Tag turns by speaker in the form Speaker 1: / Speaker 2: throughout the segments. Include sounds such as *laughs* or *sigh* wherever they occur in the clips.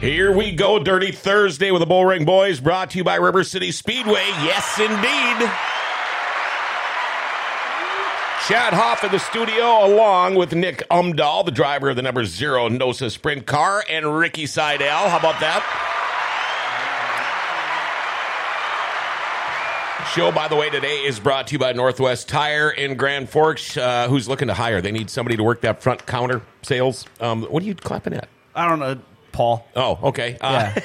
Speaker 1: Here we go, Dirty Thursday with the Bullring Boys, brought to you by River City Speedway. Yes, indeed. Chad Hoff in the studio, along with Nick Umdahl, the driver of the number zero NOSA sprint car, and Ricky Seidel. How about that? Show, by the way, today is brought to you by Northwest Tire in Grand Forks. Uh, who's looking to hire? They need somebody to work that front counter sales. Um, what are you clapping at?
Speaker 2: I don't know, Paul.
Speaker 1: Oh, okay. Uh, *laughs*
Speaker 2: Yeah.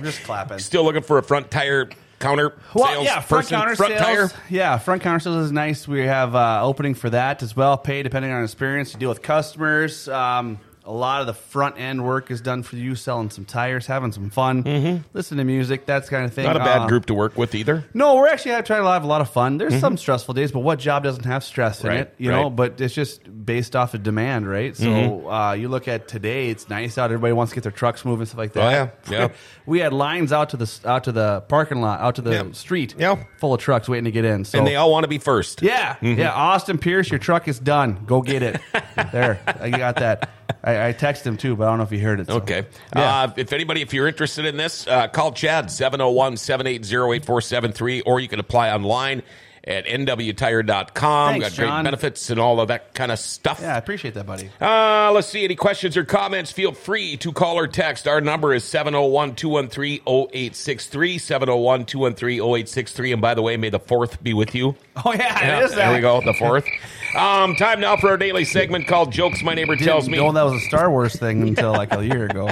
Speaker 2: I'm just clapping.
Speaker 1: Still looking for a front tire counter
Speaker 2: Well,
Speaker 1: sales
Speaker 2: yeah, front
Speaker 1: person.
Speaker 2: counter
Speaker 1: front
Speaker 2: sales.
Speaker 1: tire.
Speaker 2: Yeah, front counter sales is nice. We have uh, opening for that as well. Pay depending on experience. You deal with customers. Um, a lot of the front end work is done for you, selling some tires, having some fun, mm-hmm. listening to music, that kind of thing.
Speaker 1: Not a bad
Speaker 2: Uh,
Speaker 1: group to work with either.
Speaker 2: No, we're actually have- trying to have a lot of fun. There's some stressful days, but what job doesn't have stress in
Speaker 1: Mm-hmm. Right,
Speaker 2: it? You know,
Speaker 1: right. Mm-hmm.
Speaker 2: but it's just based off of demand, right? So uh, you look at today; it's nice out. Everybody wants to get their trucks moving, stuff like that.
Speaker 1: Oh, yeah, yeah.
Speaker 2: *laughs* we had lines out to the out to the parking lot, out to the
Speaker 1: Yeah.
Speaker 2: street,
Speaker 1: Yeah.
Speaker 2: full of trucks waiting to get in. So
Speaker 1: And they all Mm-hmm. want to be first.
Speaker 2: *laughs* yeah, yeah. Austin Pierce, your truck is done. Go
Speaker 1: *laughs*
Speaker 2: get it. there, I got that. I, I texted him too, but I don't know if he heard it. so.
Speaker 1: Okay.
Speaker 2: Yeah.
Speaker 1: Uh, if anybody, if you're interested in this, uh, call Chad 701 780 8473, or you can apply online at nwtire.com.
Speaker 2: Thanks,
Speaker 1: Got great
Speaker 2: John.
Speaker 1: benefits and all of that kind of stuff.
Speaker 2: yeah, I appreciate that, buddy. *laughs*
Speaker 1: Uh, let's see. Any questions or comments? Feel free to call or text. Our number is 701 213 0863. 701 213 0863. And by the way, may the fourth be with you.
Speaker 2: Oh yeah,
Speaker 1: Yeah,
Speaker 2: it is that.
Speaker 1: There we go, the fourth. Um, time now for our daily segment called Jokes My Neighbor
Speaker 2: Didn't
Speaker 1: Tells Me.
Speaker 2: know that was a Star Wars thing until like a
Speaker 1: *laughs*
Speaker 2: year ago.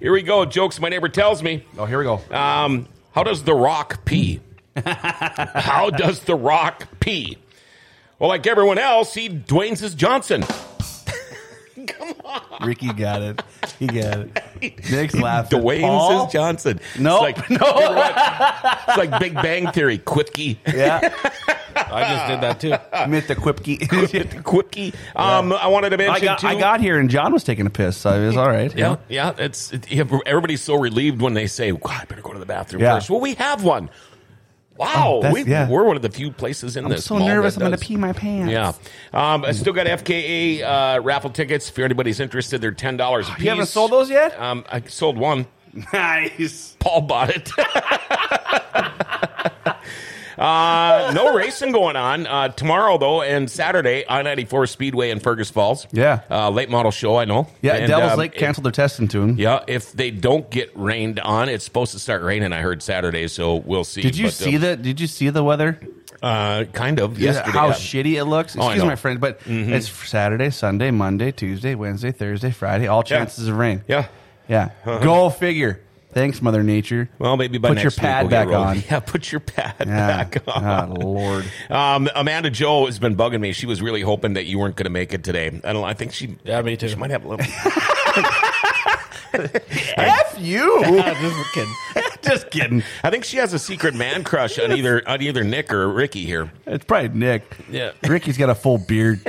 Speaker 1: Here we go, Jokes My Neighbor Tells Me.
Speaker 2: Oh, here we go.
Speaker 1: Um, how does The Rock
Speaker 2: *laughs*
Speaker 1: pee? how does The Rock pee? Well, like everyone else, he Dwayne's his Johnson.
Speaker 2: Ricky got it. He got
Speaker 1: *laughs*
Speaker 2: it. Nick's laughing.
Speaker 1: Dwayne's
Speaker 2: Paul?
Speaker 1: his Johnson.
Speaker 2: Nope. *laughs*
Speaker 1: It's like, it's like Big Bang Theory, Quickie.
Speaker 2: Yeah,
Speaker 1: *laughs*
Speaker 3: I just did that too.
Speaker 2: I meant the Quipke.
Speaker 1: Quickie. Um, I wanted to mention
Speaker 2: I got,
Speaker 1: too.
Speaker 2: I got here and John was taking a piss, so it was all right.
Speaker 1: Yeah, yeah. It's it, everybody's so relieved when they say, "Wow, I better go to the bathroom
Speaker 2: Yeah.
Speaker 1: first. Well, we have one. Wow,
Speaker 2: Oh,
Speaker 1: we,
Speaker 2: that's- yeah.
Speaker 1: we're one of the few places in
Speaker 2: I'm
Speaker 1: this.
Speaker 2: so
Speaker 1: mall that
Speaker 2: nervous. I'm going to
Speaker 1: does.
Speaker 2: pee my pants.
Speaker 1: Yeah, um, I still got FKA uh, raffle tickets. If anybody's interested, they're ten dollars a piece.
Speaker 2: You haven't sold those yet?
Speaker 1: Um, I sold one.
Speaker 2: *laughs* Nice.
Speaker 1: Paul bought it. *laughs* uh, no racing going on uh, tomorrow though, and Saturday I ninety four Speedway in Fergus Falls.
Speaker 2: Yeah.
Speaker 1: uh, late model show. I know.
Speaker 2: Yeah,
Speaker 1: And,
Speaker 2: Devil's
Speaker 1: um,
Speaker 2: Lake canceled their testing to him.
Speaker 1: Yeah, if they don't get rained on, it's supposed to start raining. I heard Saturday, so we'll see.
Speaker 2: Did you
Speaker 1: But, uh,
Speaker 2: see the Did you see the weather?
Speaker 1: Uh, kind of
Speaker 2: Yeah,
Speaker 1: yesterday.
Speaker 2: how
Speaker 1: yeah. Oh,
Speaker 2: shitty it looks.
Speaker 1: I
Speaker 2: Excuse
Speaker 1: know. Mm-hmm.
Speaker 2: my friend, but it's Saturday, Sunday, Monday, Tuesday, Wednesday, Thursday, Friday. All chances of rain.
Speaker 1: yeah.
Speaker 2: Yeah. Go figure. Thanks, Mother Nature.
Speaker 1: Well, maybe by
Speaker 2: Put
Speaker 1: next
Speaker 2: your
Speaker 1: week
Speaker 2: pad
Speaker 1: we'll get
Speaker 2: back
Speaker 1: rolling.
Speaker 2: on.
Speaker 1: Yeah, put your *laughs* pad
Speaker 2: Yeah.
Speaker 1: back on.
Speaker 2: Ah,
Speaker 1: *laughs*
Speaker 2: Lord.
Speaker 1: Um, Amanda Joe has been bugging me. She was really hoping that you weren't going to make it today. I don't. I think she.
Speaker 3: Yeah, me too.
Speaker 1: She might have a little.
Speaker 2: F
Speaker 1: *laughs*
Speaker 2: you.
Speaker 3: just kidding.
Speaker 2: *laughs* Just kidding.
Speaker 1: I think she has a secret man crush
Speaker 3: *laughs*
Speaker 1: on either on either Nick or Ricky here.
Speaker 2: It's probably Nick.
Speaker 1: Yeah.
Speaker 2: Ricky's got a full beard.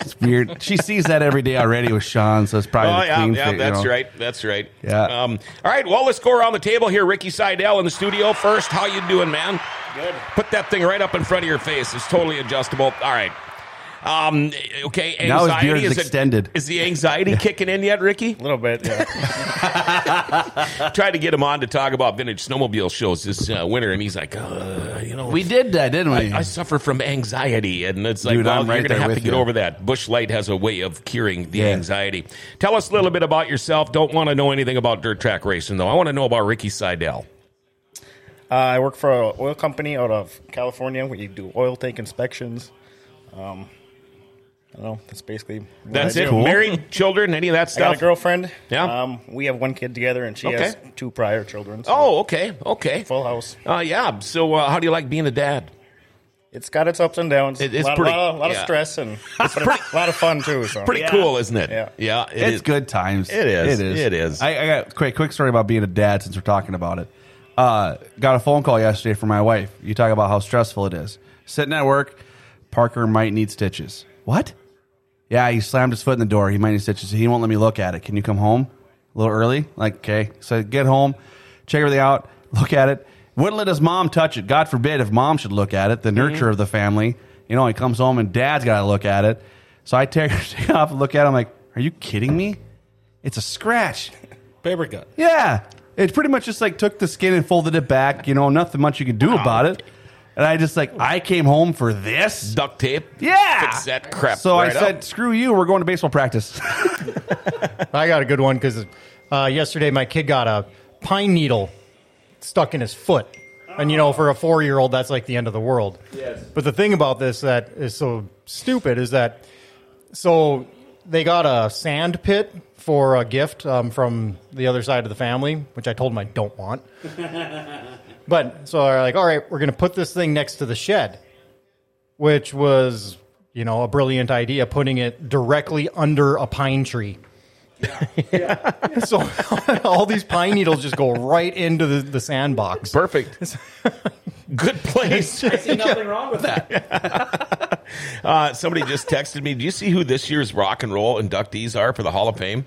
Speaker 2: It's weird. She sees that every day already with Sean, so it's probably.
Speaker 1: Oh
Speaker 2: the
Speaker 1: yeah,
Speaker 2: queen
Speaker 1: yeah,
Speaker 2: fit, you
Speaker 1: that's
Speaker 2: know.
Speaker 1: right, that's right.
Speaker 2: Yeah.
Speaker 1: Um, all right, well, let's go around the table here. Ricky Seidel in the studio first. How you doing, man? Good. Put that thing right up in front of your face. It's totally adjustable. All right. Um, okay. Anxiety
Speaker 2: Now his beard is
Speaker 1: it-
Speaker 2: extended.
Speaker 1: is the
Speaker 2: *laughs*
Speaker 1: anxiety kicking in yet, Ricky?
Speaker 3: A little bit. Yeah.
Speaker 1: Tried to get him on to talk about vintage snowmobile shows this uh, winter, and he's like, uh, you know,
Speaker 2: We did that, didn't we?
Speaker 1: I suffer from anxiety, and it's like,
Speaker 2: Dude,
Speaker 1: well,
Speaker 2: I'm
Speaker 1: you're
Speaker 2: right
Speaker 1: going
Speaker 2: there
Speaker 1: to have
Speaker 2: with
Speaker 1: to get
Speaker 2: you.
Speaker 1: over that. Bush Light has a way of curing the
Speaker 2: Yeah.
Speaker 1: anxiety. Tell us a little bit about yourself. Don't want to know anything about dirt track racing, though. I want to know about Ricky Seidel.
Speaker 3: Uh, I work for an oil company out of California. We do oil tank inspections. Um, I don't know. That's basically. what
Speaker 1: That's
Speaker 3: I
Speaker 1: it.
Speaker 3: do.
Speaker 1: Married, children, any of that
Speaker 3: I got
Speaker 1: stuff?
Speaker 3: a girlfriend.
Speaker 1: Yeah.
Speaker 3: Um, we have one kid together, and she
Speaker 1: Okay.
Speaker 3: has two prior children. so
Speaker 1: Oh, okay, okay.
Speaker 3: full house.
Speaker 1: Uh, yeah. So, uh, how do you like being a dad?
Speaker 3: It's got its ups and downs.
Speaker 1: It- it's
Speaker 3: a lot,
Speaker 1: pretty-
Speaker 3: lot, of, lot
Speaker 1: yeah.
Speaker 3: of stress
Speaker 1: *laughs*
Speaker 3: and but it's a lot of fun too. So
Speaker 1: Pretty
Speaker 3: Yeah.
Speaker 1: cool, isn't it?
Speaker 3: Yeah.
Speaker 1: yeah it
Speaker 2: it's
Speaker 1: is.
Speaker 2: good times.
Speaker 1: It is.
Speaker 2: It is.
Speaker 1: It is.
Speaker 2: I, I got quick quick story about being a dad since we're talking about it. Uh, got a phone call yesterday from my wife. You talk about how stressful it is. Sitting at work, Parker might need stitches. What? Yeah, he slammed his foot in the door. He might need stitches. He won't let me look at it. Can you come home a little early? Like, okay. So I get home, check everything out, look at it. Wouldn't let his mom touch it. God forbid if mom should look at
Speaker 1: Mm-hmm.
Speaker 2: it, the nurture of the family. You know, he comes home and dad's got to look at it. *laughs* So I take, take off and look at it. I'm like, are you kidding me? It's a scratch.
Speaker 4: paper cut.
Speaker 2: Yeah. It pretty much just like took the skin and folded it back. You know, nothing much you could do about it. And I just like, I came home for this.
Speaker 1: Duct tape.
Speaker 2: Yeah.
Speaker 1: Fix that crap.
Speaker 2: So
Speaker 1: right
Speaker 2: I
Speaker 1: up.
Speaker 2: said, screw you. We're going to
Speaker 1: *laughs*
Speaker 2: baseball practice.
Speaker 5: I got a good one because uh, yesterday my kid got a pine needle stuck in his foot. And, you know, for a four year old, that's like the end of the world. Yes. But the thing about this that is so stupid is that so they got a sand pit for a gift um, from the other side of the family, which I told them I don't want. but so they're like, all right, we're going to put this thing next to the shed, which was, you know, a brilliant idea, putting it directly under a pine tree. *laughs* So all these pine needles just go right into the, the sandbox.
Speaker 1: Perfect. *laughs* Good place. *laughs* I see nothing wrong with that. *laughs* uh, somebody just texted me. Do you see who this year's rock and roll inductees are for the Hall of Fame?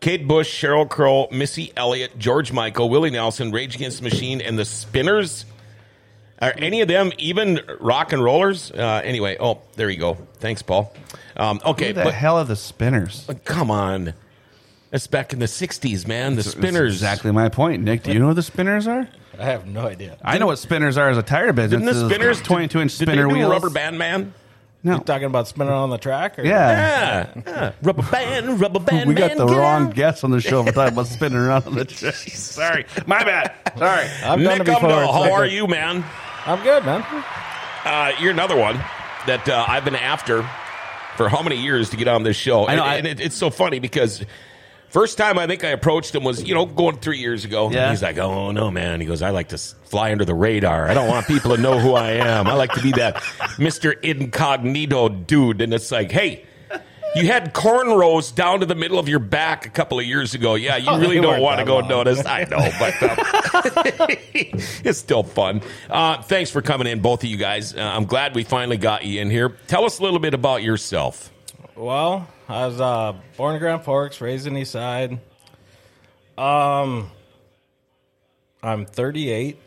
Speaker 1: Kate Bush, Cheryl Crow, Missy Elliott, George Michael, Willie Nelson, Rage Against the Machine, and the Spinners. Are any of them even rock and rollers? Uh, anyway, oh, there you go. Thanks, Paul. Um, okay,
Speaker 2: Who the
Speaker 1: but,
Speaker 2: hell are the spinners?
Speaker 1: but come on. That's back in the 60s, man. The Spinners.
Speaker 2: That's exactly my point. Nick, do you know what the spinners are?
Speaker 4: I have no idea.
Speaker 2: I know what spinners are as a tire business.
Speaker 1: Didn't the
Speaker 2: It's
Speaker 1: Spinners
Speaker 2: 22 inch
Speaker 1: did they
Speaker 2: spinner
Speaker 1: do
Speaker 2: wheels.
Speaker 1: Rubber Band Man?
Speaker 2: No.
Speaker 4: Talking about spinning on the track? Or?
Speaker 2: Yeah.
Speaker 1: Yeah. yeah. Rubber band, rubber band.
Speaker 2: We got
Speaker 1: man,
Speaker 2: the
Speaker 1: get
Speaker 2: wrong
Speaker 1: out.
Speaker 2: guess on the show. We're talking about spinning around on
Speaker 1: *laughs*
Speaker 2: the track.
Speaker 1: Sorry. My bad.
Speaker 2: *laughs* Sorry.
Speaker 4: I've done
Speaker 1: Nick
Speaker 4: it before.
Speaker 1: Umdahl,
Speaker 4: It's
Speaker 1: how
Speaker 4: like
Speaker 1: are
Speaker 4: a-
Speaker 1: you, man?
Speaker 4: I'm good, man.
Speaker 1: Uh, you're another one that uh, I've been after for how many years to get on this show.
Speaker 2: I know,
Speaker 1: and
Speaker 2: I-
Speaker 1: and it, it's so funny because first time I think I approached him was, you know, going three years ago.
Speaker 2: Yeah.
Speaker 1: He's like, oh, no, man. He goes, I like to s- fly under the radar. I don't want people to know who I am. I like to be that Mr. Incognito dude. And it's like, hey, you had cornrows down to the middle of your back a couple of years ago. Yeah, you
Speaker 4: Oh,
Speaker 1: really
Speaker 4: they
Speaker 1: don't
Speaker 4: weren't
Speaker 1: want to
Speaker 4: that
Speaker 1: go
Speaker 4: long.
Speaker 1: notice. I know, but
Speaker 4: *laughs*
Speaker 1: um, *laughs* it's still fun. Uh, thanks for coming in, both of you guys. Uh, I'm glad we finally got you in here. Tell us a little bit about yourself.
Speaker 4: Well, I was uh, born in Grand Forks, raised in East Side. Um, I'm 38,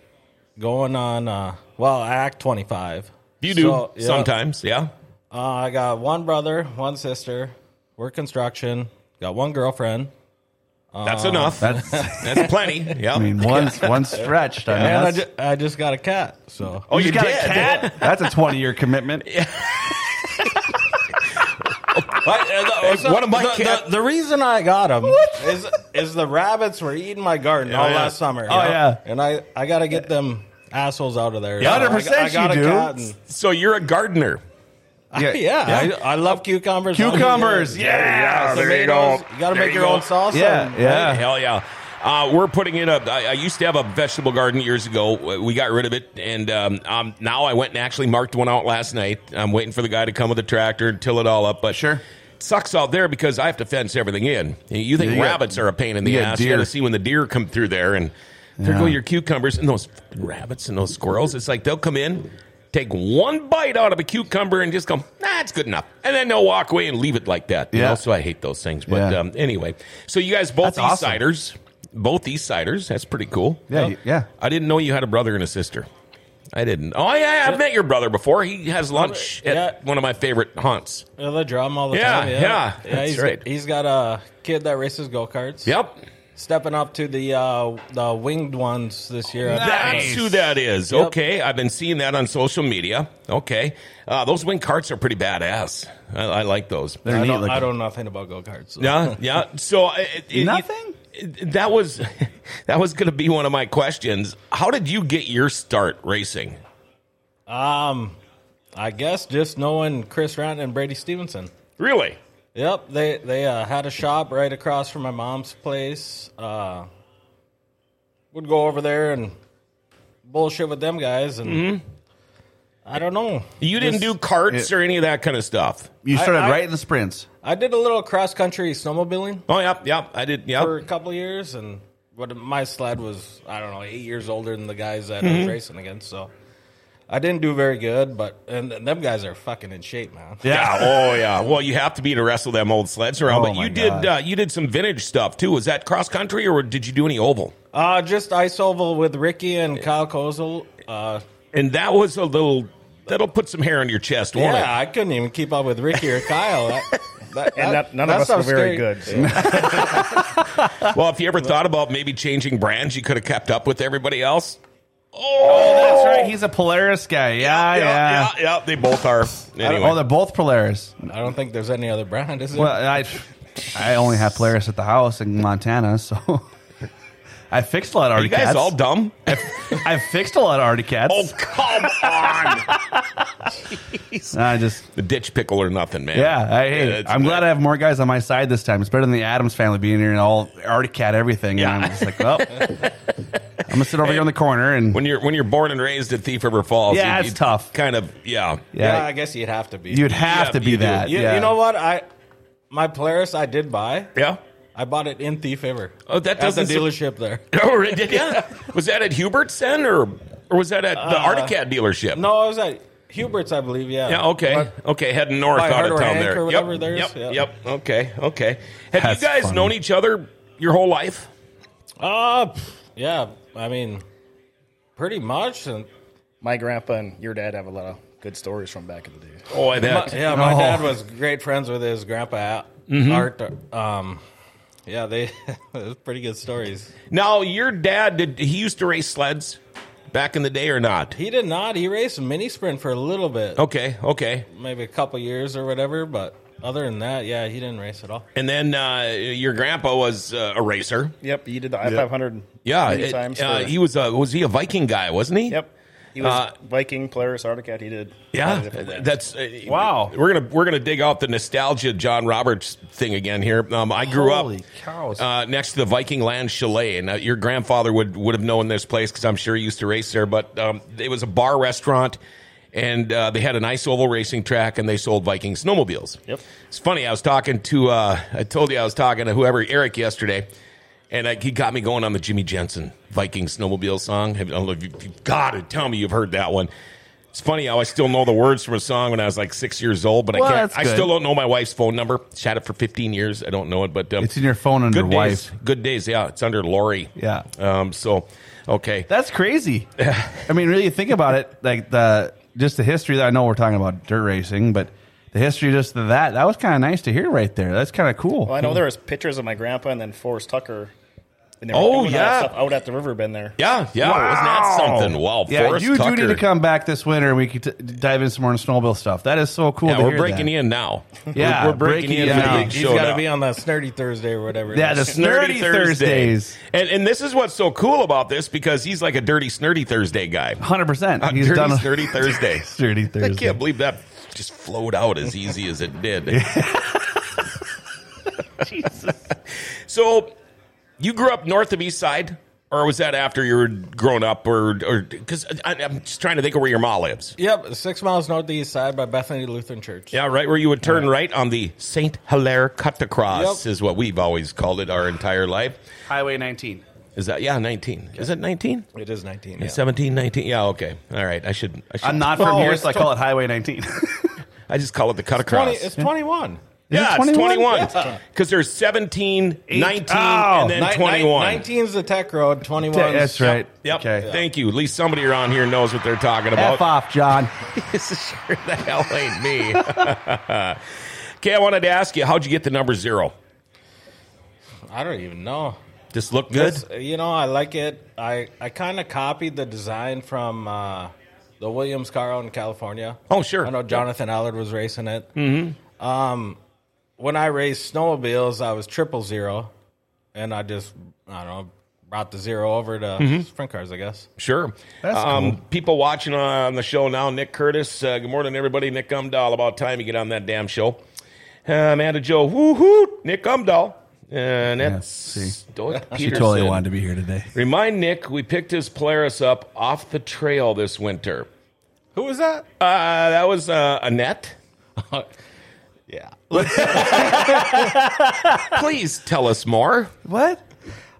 Speaker 4: going on. Uh, well, I act 25.
Speaker 1: You do
Speaker 4: So, yeah.
Speaker 1: sometimes, yeah.
Speaker 4: Uh, I got one brother, one sister. Work construction. Got one girlfriend.
Speaker 1: That's enough.
Speaker 2: That's,
Speaker 1: That's plenty. Yeah.
Speaker 2: I mean, once one stretched. I mean,
Speaker 4: and
Speaker 1: Uh-huh.
Speaker 4: I,
Speaker 2: that's,
Speaker 4: ju- I just got a cat. So
Speaker 1: oh, you,
Speaker 2: you got
Speaker 1: did.
Speaker 2: a cat? *laughs* That's a 20 year commitment.
Speaker 1: one of my
Speaker 4: the,
Speaker 1: cat-
Speaker 4: the, the reason I got them is is the rabbits were eating my garden all
Speaker 1: yeah.
Speaker 4: last summer.
Speaker 2: Oh, yeah.
Speaker 4: and I I gotta get them assholes out of there.
Speaker 1: Yeah,
Speaker 2: 100%
Speaker 4: I, I got
Speaker 2: you
Speaker 4: a
Speaker 2: do.
Speaker 4: cat and-
Speaker 1: So you're a gardener.
Speaker 4: *laughs* yeah, I, I love cucumbers.
Speaker 2: Cucumbers. Yeah.
Speaker 1: Yeah, there you
Speaker 4: Tomatoes.
Speaker 1: go.
Speaker 4: You got to
Speaker 1: There
Speaker 4: make
Speaker 1: you
Speaker 4: your
Speaker 1: go.
Speaker 4: own salsa.
Speaker 2: Yeah. Yeah.
Speaker 1: Hell yeah. Uh, we're putting in a. I, I used to have a vegetable garden years ago. We got rid of it, and um, um, now I went and actually marked one out last night. I'm waiting for the guy to come with a tractor and till it all up. But
Speaker 2: Sure.
Speaker 1: it sucks out there because I have to fence everything in. You think
Speaker 2: You got-
Speaker 1: rabbits are a pain in the
Speaker 2: you got
Speaker 1: ass? You got to
Speaker 2: deer.
Speaker 1: see when the deer come through there, and there go your cucumbers and those fucking rabbits and those squirrels. It's like they'll come in. Take one bite out of a cucumber and just go, nah, it's good enough. And then they'll walk away and leave it like that. You
Speaker 2: Yeah.
Speaker 1: know, so I hate those things. But
Speaker 2: Yeah.
Speaker 1: um, anyway, so you guys both
Speaker 2: That's
Speaker 1: East
Speaker 2: awesome.
Speaker 1: Siders, both East Siders. That's pretty cool.
Speaker 2: Yeah, y- yeah.
Speaker 1: I didn't know you had a brother and a sister. I didn't. Oh yeah, I've met your brother before. He has lunch at
Speaker 4: Yeah.
Speaker 1: one of my favorite haunts.
Speaker 4: Yeah, they draw 'em all the
Speaker 1: Yeah,
Speaker 4: time.
Speaker 1: yeah, that's
Speaker 4: he's-
Speaker 1: right.
Speaker 4: He's got a kid that races go karts.
Speaker 1: Yep.
Speaker 4: Stepping up to the uh, the winged ones this year.
Speaker 1: That's who that is. Okay, I've been seeing that on social media. Okay, uh, those wing carts are pretty badass. I, I like those.
Speaker 2: They're
Speaker 4: I
Speaker 2: neat
Speaker 4: don't,
Speaker 2: looking.
Speaker 4: I don't know nothing about go karts. So.
Speaker 1: Yeah, yeah. So uh, it, it-
Speaker 2: Nothing?
Speaker 1: it- that was *laughs* that was going to be one of my questions. How did you get your start racing?
Speaker 4: Um, I guess just knowing Chris Rant and Brady Stevenson.
Speaker 1: Really?
Speaker 4: Yep, they they uh, had a shop right across from my mom's place. Uh, would go over there and bullshit with them guys, and I don't know.
Speaker 1: You didn't do carts or any of that kind of stuff.
Speaker 2: You started
Speaker 4: I-
Speaker 2: right in the sprints.
Speaker 4: I did a little cross country snowmobiling
Speaker 1: Oh, yep, yep. I did. Yep.
Speaker 4: for a couple of years, and what my sled was I don't know eight years older than the guys that I was racing against, so. I didn't do very good, but and, and them guys are fucking in shape, man.
Speaker 1: yeah. Oh, yeah. Well, you have to be to wrestle them old sleds around.
Speaker 2: Oh,
Speaker 1: but
Speaker 2: my
Speaker 1: you did.
Speaker 2: God.
Speaker 1: Uh, you did some vintage stuff too. Was that cross country or did you do any oval?
Speaker 4: Uh, just ice oval with Ricky and Kyle Kozel. Uh,
Speaker 1: And that was a little. That'll put some hair on your chest, won't
Speaker 4: yeah, I couldn't even keep up with Ricky or Kyle. I,
Speaker 3: and not, none of
Speaker 4: that
Speaker 3: us are
Speaker 4: sounds
Speaker 3: very
Speaker 4: scary.
Speaker 3: good. so.
Speaker 1: *laughs* Well, if you ever thought about maybe changing brands, you could have kept up with everybody else.
Speaker 2: That's right. He's a Polaris guy. Ah, Yeah, yeah.
Speaker 1: yeah, yeah, They both are.
Speaker 2: I don't-
Speaker 1: Anyway.
Speaker 2: Oh, they're both Polaris.
Speaker 4: I don't think there's any other brand, is there?
Speaker 2: Well, I, I only have Polaris at the house in Montana, so *laughs* I fixed a lot of
Speaker 1: Are
Speaker 2: Arctic
Speaker 1: you guys
Speaker 2: cats.
Speaker 1: all dumb?
Speaker 2: *laughs* I fixed a lot of Arctic cats.
Speaker 1: Oh, come
Speaker 2: *laughs*
Speaker 1: on.
Speaker 2: I just
Speaker 1: the ditch pickle or nothing, man.
Speaker 2: yeah. I hate
Speaker 1: Yeah,
Speaker 2: it.
Speaker 1: it's
Speaker 2: I'm glad
Speaker 1: bad.
Speaker 2: I have more guys on my side this time. It's better than the Adams family being here and all Arctic cat everything.
Speaker 1: Yeah.
Speaker 2: And I'm just like, well, I'm gonna sit over here in the corner and
Speaker 1: When you're when you're born and raised at Thief River Falls,
Speaker 2: Yeah, it's tough.
Speaker 1: Kind of, yeah.
Speaker 4: yeah,
Speaker 2: yeah,
Speaker 4: I guess you'd have to be.
Speaker 2: you'd have
Speaker 1: Yeah,
Speaker 2: to be
Speaker 1: you do.
Speaker 2: that.
Speaker 4: you,
Speaker 2: yeah.
Speaker 4: you know what? I my Polaris I did buy.
Speaker 1: Yeah.
Speaker 4: I bought it in Thief River.
Speaker 1: Oh, that doesn't
Speaker 4: at the
Speaker 1: su-
Speaker 4: dealership there.
Speaker 1: *laughs* Oh, it did yeah. Was that at Hubert's then, or or was that at the Articat dealership?
Speaker 4: Uh, No, Uh, I was at Hubert's, I believe. Yeah.
Speaker 1: Yeah. Okay. okay. Heading north
Speaker 4: By
Speaker 1: out of
Speaker 4: Hardware
Speaker 1: town
Speaker 4: Hank
Speaker 1: there.
Speaker 4: or whatever
Speaker 1: yep.
Speaker 4: there is,
Speaker 1: Yep.
Speaker 4: yeah.
Speaker 1: Yep. Okay. Okay. Have
Speaker 2: That's
Speaker 1: you guys
Speaker 2: funny.
Speaker 1: known each other your whole life?
Speaker 4: Uh, pff, yeah. I mean, pretty much. And
Speaker 3: My grandpa and your dad have a lot of good stories from back in the day.
Speaker 1: Oh, I
Speaker 4: my,
Speaker 1: bet.
Speaker 4: yeah, my
Speaker 2: Oh. Mm-hmm.
Speaker 4: dad was great friends with his grandpa Al- Art. Um, yeah, they *laughs* it was pretty good stories.
Speaker 1: Now, your dad did he used to race sleds back in the day or not?
Speaker 4: He did not. He raced mini sprint for a little bit,
Speaker 1: Okay. Okay.
Speaker 4: maybe a couple years or whatever. But other than that, yeah, he didn't race at all.
Speaker 1: And then uh, your grandpa was uh, a racer.
Speaker 3: Yep, you did the I five hundred.
Speaker 1: Yeah.
Speaker 3: many
Speaker 1: it-
Speaker 3: times.
Speaker 1: uh,
Speaker 3: for-
Speaker 1: he was a was he a Viking guy? Wasn't he?
Speaker 3: Yep, he was
Speaker 1: Uh,
Speaker 3: Viking, Polaris, Articat. He did. a lot
Speaker 1: Yeah,
Speaker 3: of different brands.
Speaker 1: that's uh,
Speaker 2: Wow.
Speaker 1: We're gonna we're gonna dig out the nostalgia John Roberts thing again here. Um, I grew
Speaker 2: Holy
Speaker 1: up
Speaker 2: cows.
Speaker 1: Uh, next to the Viking Land Chalet, and uh, your grandfather would would have known this place because I'm sure he used to race there. But um, it was a bar restaurant, and uh, they had an ice oval racing track, and they sold Viking snowmobiles.
Speaker 3: Yep.
Speaker 1: It's funny. I was talking to uh, I told you I was talking to whoever Eric yesterday. And uh, he got me going on the Jimmy Jensen Viking snowmobile song. Have- I don't know if you, you've got to tell me you've heard that one. It's funny how I still know the words from a song when I was like six years old, but
Speaker 2: Well,
Speaker 1: I can't.
Speaker 2: that's
Speaker 1: I
Speaker 2: good.
Speaker 1: still don't know my wife's phone number. She had it for 15 years. I don't know it, but um,
Speaker 2: It's in your phone under
Speaker 1: good
Speaker 2: wife.
Speaker 1: Days, good days. Yeah, it's under Lori.
Speaker 2: Yeah.
Speaker 1: Um. So, okay.
Speaker 2: That's crazy. I mean, really think about it. Like the just the history that I know we're talking about dirt racing, but the history just of that that was kind of nice to hear right there. That's kind of cool.
Speaker 3: Well, I know there was pictures of my grandpa and then Forrest Tucker. And they
Speaker 1: Oh,
Speaker 3: doing all that
Speaker 1: yeah.
Speaker 3: stuff out at the river bend there.
Speaker 1: Yeah. Yeah. Wasn't that something? Wow.
Speaker 2: Yeah,
Speaker 1: Forrest
Speaker 2: you
Speaker 1: Tucker.
Speaker 2: do need to come back this winter, and we could t- dive in some more snowmobile stuff. That is so cool.
Speaker 1: Yeah,
Speaker 2: to
Speaker 1: we're
Speaker 2: hear
Speaker 1: breaking
Speaker 2: that.
Speaker 1: in now.
Speaker 2: Yeah,
Speaker 1: we're, we're breaking, in.
Speaker 2: breaking in
Speaker 1: for the
Speaker 2: now.
Speaker 1: big
Speaker 4: He's
Speaker 1: show
Speaker 4: got to
Speaker 1: now.
Speaker 4: be on that Snurdy Thursday or whatever. it
Speaker 2: Yeah,
Speaker 4: is.
Speaker 2: the Snurdy Thursdays,
Speaker 1: And and this is what's so cool about this because he's like a dirty snurdy Thursday guy.
Speaker 2: hundred percent.
Speaker 1: A
Speaker 2: He's
Speaker 1: dirty
Speaker 2: done a
Speaker 1: snurdy Thursday.
Speaker 2: *laughs* dirty
Speaker 1: I
Speaker 2: Thursday.
Speaker 1: can't believe that just flowed out as easy as it did. Jesus. *laughs* So you grew up north of East Side, or was that after you were grown up, or or because I'm just trying to think of where your ma lives.
Speaker 4: Yep, six miles northeast side by Bethany Lutheran Church.
Speaker 1: Yeah, right where you would turn right, on the Saint Hilaire cut across
Speaker 4: Yep.
Speaker 1: is what we've always called it our entire life.
Speaker 2: Highway 19.
Speaker 1: Is that yeah, nineteen? Is it nineteen?
Speaker 4: It is 19. Yeah.
Speaker 1: 17, 19. Yeah, okay. All right. I should. I, should
Speaker 2: I'm
Speaker 1: *laughs*
Speaker 2: not from
Speaker 4: Oh,
Speaker 2: here,
Speaker 4: it's
Speaker 2: so I
Speaker 4: tw-
Speaker 2: call it Highway 19.
Speaker 1: I just call it the cut across.
Speaker 4: 20, it's 21.
Speaker 1: yeah,
Speaker 2: Is it
Speaker 1: it's
Speaker 2: 21?
Speaker 1: 21. Because there's 17, 19,
Speaker 2: Oh,
Speaker 1: and then 21.
Speaker 4: 19 is the tech road, 21 's-
Speaker 2: That's right.
Speaker 1: Yep.
Speaker 2: Okay.
Speaker 1: Thank you. At least somebody around here knows what they're talking about.
Speaker 2: F off, John.
Speaker 1: this is sure the hell ain't me. *laughs* okay, I wanted to ask you, how'd you get the number zero?
Speaker 4: I don't even know.
Speaker 1: Just look good?
Speaker 4: It's- uh, You know, I like it. I, I kind of copied the design from uh, the Williams car out in California.
Speaker 1: Oh, sure.
Speaker 4: I know Jonathan Allard was racing it. Mm-hmm. Um, when I raced snowmobiles, I was triple zero, and I just, I don't know, brought the zero over to
Speaker 1: Mm-hmm.
Speaker 4: sprint cars, I guess.
Speaker 1: Sure.
Speaker 2: That's
Speaker 1: um, People watching on the show now, Nick Curtis. Uh, good morning, everybody. Nick Umdahl. About time you get on that damn show. Uh, Amanda Joe. Woohoo. Nick Umdahl. And that's
Speaker 2: see.
Speaker 1: Doyle
Speaker 2: She totally wanted to be here today.
Speaker 1: Remind Nick we picked his Polaris up off the trail this winter.
Speaker 4: Who was that?
Speaker 1: Uh, that was uh, Annette.
Speaker 4: yeah.
Speaker 1: *laughs* Please tell us more.
Speaker 2: What?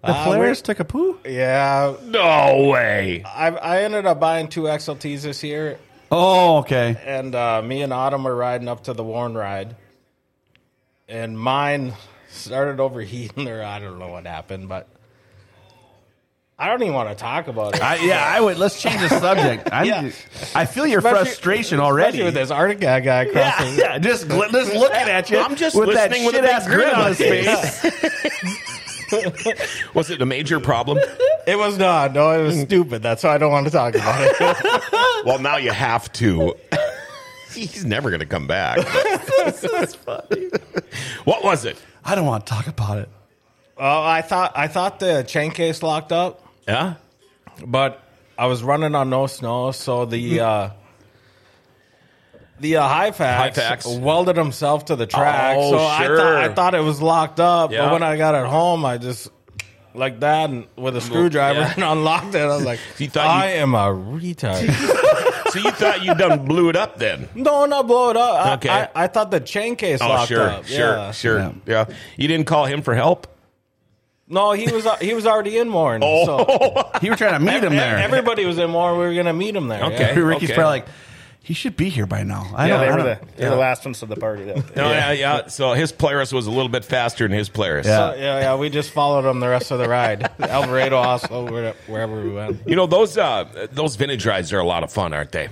Speaker 2: The Polaris took a poo?
Speaker 4: Yeah.
Speaker 1: No way.
Speaker 4: I, I ended up buying two XLTs this year,
Speaker 2: Oh, okay.
Speaker 4: and uh, me and Autumn were riding up to the Warren ride, and mine started overheating, or I don't know what happened, but I don't even want to talk about it.
Speaker 2: I, yeah, I would. Let's change the subject. I,
Speaker 4: Yeah.
Speaker 2: I feel your
Speaker 4: Especially-
Speaker 2: frustration already.
Speaker 4: Especially with this Arctic guy guy
Speaker 2: Yeah,
Speaker 4: crossing.
Speaker 2: yeah, just gl- just looking at you.
Speaker 1: I'm just
Speaker 2: with that
Speaker 1: listening with a
Speaker 2: shit ass
Speaker 1: big grin
Speaker 2: grin
Speaker 1: on
Speaker 2: on his
Speaker 1: my
Speaker 2: face.
Speaker 1: Was it a major *laughs* problem?
Speaker 4: It was not. No, it was
Speaker 2: *laughs*
Speaker 4: stupid. That's why I don't want to talk about it. *laughs*
Speaker 1: well, now you have to. *laughs* He's never going to come back. *laughs* What was it?
Speaker 2: I don't want to talk about it.
Speaker 4: Well, I thought I thought the chain case locked up,
Speaker 1: Yeah.
Speaker 4: but I was running on no snow, so the
Speaker 1: Hmm.
Speaker 4: uh, the uh, Hyfax,
Speaker 1: Hyfax.
Speaker 4: welded himself to the track.
Speaker 1: Oh,
Speaker 4: so I,
Speaker 1: sure.
Speaker 4: thought I thought it was locked up,
Speaker 1: Yeah.
Speaker 4: but when I got it home, I just like that and with a screwdriver
Speaker 1: yeah.
Speaker 4: *laughs* and unlocked it. I was like,
Speaker 1: *laughs* You thought you-
Speaker 4: I am a retard.
Speaker 1: *laughs*
Speaker 4: *laughs*
Speaker 1: So you thought you done blew it up *laughs* then?
Speaker 4: No, not blow it up. I,
Speaker 1: Okay.
Speaker 4: I, I thought the chain case
Speaker 1: Oh,
Speaker 4: locked
Speaker 1: sure,
Speaker 4: up.
Speaker 1: sure,
Speaker 4: yeah.
Speaker 1: sure.
Speaker 2: Yeah.
Speaker 1: Yeah. You didn't call him for help?
Speaker 4: No, he was he was already in
Speaker 1: *laughs*
Speaker 4: Warren.
Speaker 1: Oh.
Speaker 4: so
Speaker 2: You were trying to meet him there.
Speaker 4: everybody was in Warren. We were gonna meet him there.
Speaker 1: Okay.
Speaker 4: yeah.
Speaker 2: Every *laughs* Ricky's
Speaker 1: okay.
Speaker 2: probably like, he should be here by now. I
Speaker 3: Yeah,
Speaker 2: don't.
Speaker 3: they
Speaker 2: I
Speaker 3: were
Speaker 2: don't
Speaker 3: the, they were the last ones to the party. Though.
Speaker 1: No, yeah. yeah, So his Polaris was a little bit faster than his Polaris.
Speaker 2: Yeah.
Speaker 4: Uh, yeah, yeah. We just followed him the rest of the ride. *laughs* Alvarado, Oslo, where- wherever we went.
Speaker 1: You know those uh, those vintage rides are a lot of fun, aren't they?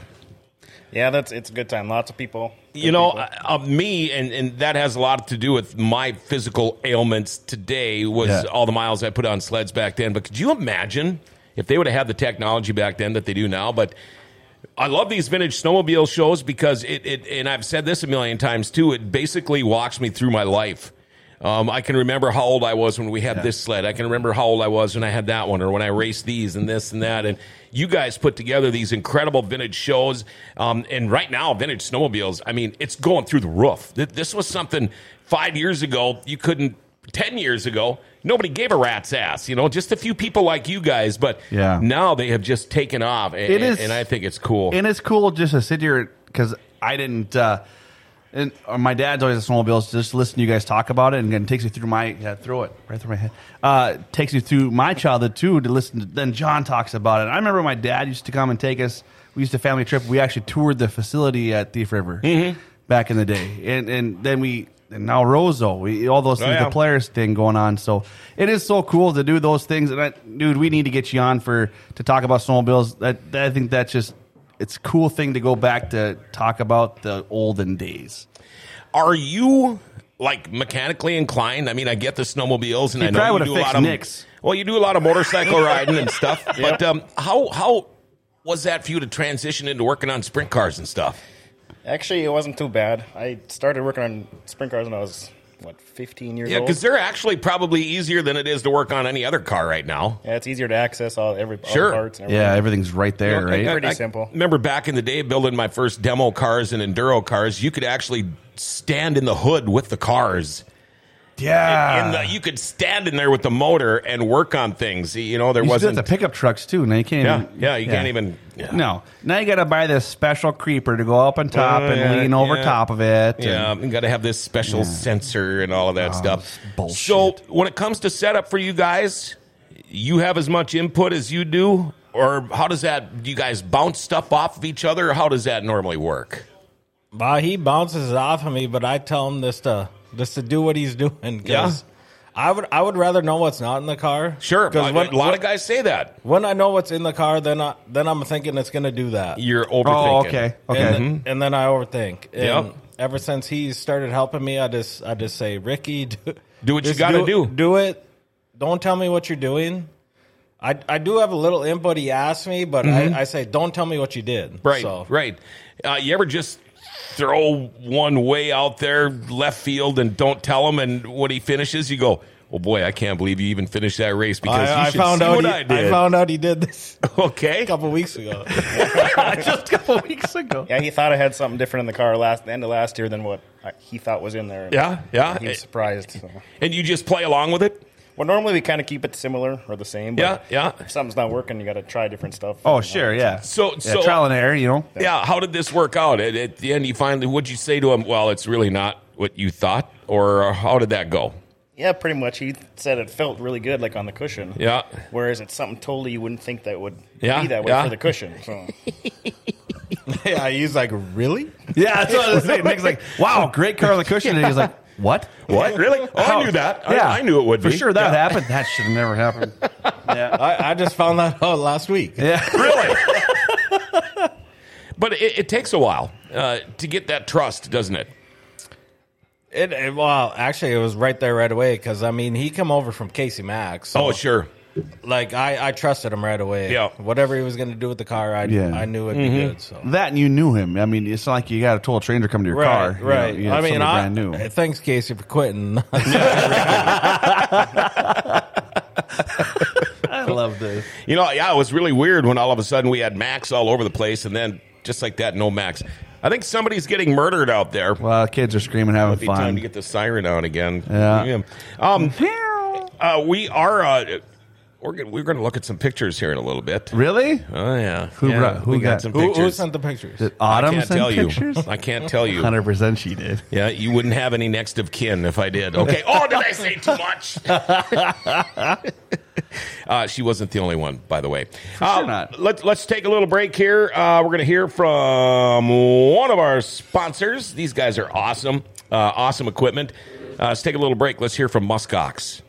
Speaker 3: Yeah, that's it's a good time. Lots of people.
Speaker 1: you know, uh, uh, me, and, and that has a lot to do with my physical ailments today, was
Speaker 2: Yeah.
Speaker 1: all the miles I put on sleds back then. But could you imagine if they would have had the technology back then that they do now? But I love these vintage snowmobile shows because it, it and I've said this a million times too, it basically walks me through my life. Um, I can remember how old I was when we had this sled. I can remember how old I was when I had that one, or when I raced these and this and that. And you guys put together these incredible vintage shows. Um, and right now, vintage snowmobiles, I mean, it's going through the roof. Th- This was something five years ago you couldn't, 10 years ago, nobody gave a rat's ass, you know, just a few people like you guys. But
Speaker 2: Yeah.
Speaker 1: now they have just taken off. And,
Speaker 2: It is-
Speaker 1: and I think it's cool.
Speaker 2: and it's cool just to sit here because I didn't. Uh, and or my dad's always a snowmobile, so just listen to you guys talk about it, and then takes you through my yeah, through it right through my head. Uh, takes you through my childhood too to listen. to Then John talks about it. I remember my dad used to come and take us. We used to family trip. We actually toured the facility at Thief River
Speaker 1: Mm-hmm.
Speaker 2: back in the day, and and then we and now Roseau, we, all those things,
Speaker 1: Oh, yeah.
Speaker 2: the players thing going on. So it is so cool to do those things. And I, dude, we need to get you on for to talk about snowmobiles. That, that I think that's just it's a cool thing to go back to talk about the olden days.
Speaker 1: Are you like mechanically inclined? I mean, I get the snowmobiles, and
Speaker 2: He
Speaker 1: I know
Speaker 2: probably
Speaker 1: you do
Speaker 2: would've
Speaker 1: a
Speaker 2: fixed
Speaker 1: lot of
Speaker 2: Nick's.
Speaker 1: well, you do a lot of
Speaker 2: *laughs*
Speaker 1: motorcycle riding and stuff. But um, how how was that for you to transition into working on sprint cars and stuff?
Speaker 3: Actually, it wasn't too bad. I started working on sprint cars when I was what 15 years
Speaker 1: Yeah,
Speaker 3: old.
Speaker 1: because they're actually probably easier than it is to work on any other car right now.
Speaker 3: yeah, it's easier to access all every all the
Speaker 1: Sure.
Speaker 3: parts. And
Speaker 2: Yeah,
Speaker 3: everything.
Speaker 2: everything's right there,
Speaker 3: Yeah,
Speaker 2: right?
Speaker 3: pretty simple.
Speaker 1: Remember back in the day, building my first demo cars and enduro cars, you could actually stand in the hood with the cars. In the,
Speaker 2: Yeah,
Speaker 1: you could stand in there with the motor and work on things. You know, there
Speaker 2: you still
Speaker 1: wasn't.
Speaker 2: have the pickup trucks too. Now you can't.
Speaker 1: Yeah,
Speaker 2: even,
Speaker 1: yeah, you can't even. yeah.
Speaker 2: No, now you got to buy this special creeper to go up on top
Speaker 1: Oh,
Speaker 2: and
Speaker 1: yeah,
Speaker 2: lean over
Speaker 1: yeah.
Speaker 2: top of it. and-
Speaker 1: Yeah, Um, you got to have this special sensor and all of that stuff.
Speaker 2: it's bullshit.
Speaker 1: So, when it comes to setup for you guys, you have as much input as you do, or how does that? Do you guys bounce stuff off of each other? How does that normally work?
Speaker 4: Well, he bounces it off of me, but I tell him this to just to do what he's doing. 'cause I would I would rather know what's not in the car.
Speaker 1: Sure,
Speaker 4: because
Speaker 1: a
Speaker 4: when,
Speaker 1: lot of
Speaker 4: when,
Speaker 1: guys say that
Speaker 4: when I know what's in the car, then I then I'm thinking it's gonna do that.
Speaker 1: you're overthinking.
Speaker 2: Oh, okay. Okay.
Speaker 4: and, th- and then I overthink. And
Speaker 1: Mm-hmm. Yep.
Speaker 4: Ever since he started helping me, I just I just say, Ricky, *laughs* do,
Speaker 1: Do what you
Speaker 4: just
Speaker 1: gotta do."
Speaker 4: Do it. Don't tell me what you're doing. I I do have a little input. He asked me, but I, I say, don't tell me what you did.
Speaker 1: Mm-hmm. Right,
Speaker 4: So
Speaker 1: right. Uh, you ever just throw one way out there left field and don't tell him, and when he finishes, you go, "Oh boy, I can't believe you even finished that race because you
Speaker 4: I, I
Speaker 1: should
Speaker 4: found
Speaker 1: see
Speaker 4: out.
Speaker 1: what
Speaker 4: he,
Speaker 1: I did."
Speaker 4: found out he did this *laughs* a
Speaker 1: okay,
Speaker 4: couple
Speaker 1: *laughs*
Speaker 4: weeks ago.
Speaker 2: just *laughs* a couple weeks ago.
Speaker 3: Yeah, he thought I had something different in the car last the end of last year than what I, he thought was in there.
Speaker 1: Yeah, yeah.
Speaker 3: He was surprised. so.
Speaker 1: and you just play along with it.
Speaker 3: Well, normally we kind of keep it similar or the same. But
Speaker 1: Yeah, yeah.
Speaker 3: If something's not working, you got to try different stuff.
Speaker 2: Oh, sure, yeah.
Speaker 1: So-
Speaker 2: Yeah,
Speaker 1: so-
Speaker 2: trial and error,
Speaker 1: *laughs*
Speaker 2: you know.
Speaker 1: Yeah. How did this work out? At, at the end, you finally, what'd you say to him? Well, it's really not what you thought, or how did that go?
Speaker 3: Yeah, pretty much. He said it felt really good, like on the cushion.
Speaker 1: Yeah.
Speaker 3: Whereas it's something totally you wouldn't think that would
Speaker 1: Yeah,
Speaker 3: be that way
Speaker 1: yeah.
Speaker 3: for the cushion.
Speaker 1: *laughs*
Speaker 3: So.
Speaker 4: yeah, he's like, really?
Speaker 1: *laughs*
Speaker 2: Yeah, that's what I was saying. Nick's like, "Wow, great car on the cushion," and he's like, What?
Speaker 1: What? Really? Oh, I knew that. I- I, knew it would
Speaker 2: for
Speaker 1: be.
Speaker 2: sure. That happened. That should have
Speaker 1: *laughs*
Speaker 2: never happened.
Speaker 4: I, I just found that out last week.
Speaker 1: Really? *laughs* but it, it takes a while uh, to get that trust, doesn't it?
Speaker 4: It, it- well, actually, it was right there right away because I mean he come over from Casey Max. So,
Speaker 1: Oh, sure.
Speaker 4: like I, I trusted him right away.
Speaker 1: Yeah. Mm-hmm.
Speaker 4: whatever he was going to do with the car, I
Speaker 2: Yeah.
Speaker 4: I knew it'd be good. So
Speaker 2: That and you knew him. I mean, it's not like you got a total stranger come to your car.
Speaker 4: right,
Speaker 2: you know,
Speaker 4: right.
Speaker 2: you know,
Speaker 4: I mean,
Speaker 2: somebody
Speaker 4: I,
Speaker 2: brand
Speaker 1: *laughs*
Speaker 2: new.
Speaker 4: thanks Casey for quitting. *laughs*
Speaker 2: I love this.
Speaker 1: You know, yeah, it was really weird when all of a sudden we had Max all over the place, and then just like that, no Max. I think somebody's getting murdered out there.
Speaker 2: Well, kids are screaming, having
Speaker 1: It'd be time to
Speaker 2: fun.
Speaker 1: get the siren out again.
Speaker 2: Yeah.
Speaker 1: Um, uh, we are. Uh, we're gonna, we're going to look at some pictures here in a little bit.
Speaker 2: Really?
Speaker 1: Oh yeah.
Speaker 2: Who
Speaker 1: yeah,
Speaker 2: brought- who
Speaker 1: we
Speaker 2: got-
Speaker 1: got some
Speaker 4: who,
Speaker 1: pictures?
Speaker 4: who sent the pictures?
Speaker 2: Did
Speaker 1: I
Speaker 2: Autumn
Speaker 1: can't
Speaker 2: send
Speaker 1: tell
Speaker 2: pictures?
Speaker 1: you. I can't tell you.
Speaker 2: Hundred percent, she
Speaker 1: *laughs*
Speaker 2: did.
Speaker 1: Yeah, you wouldn't have any next of kin if I did. Okay. Oh, did I say too
Speaker 2: *laughs*
Speaker 1: much? uh, she wasn't the only one, by the way. Uh,
Speaker 2: sure not.
Speaker 1: Let's let's take a little break here. Uh, we're going to hear from one of our sponsors. These guys are awesome, uh, awesome equipment. Uh, let's take a little break. Let's hear from Muskox.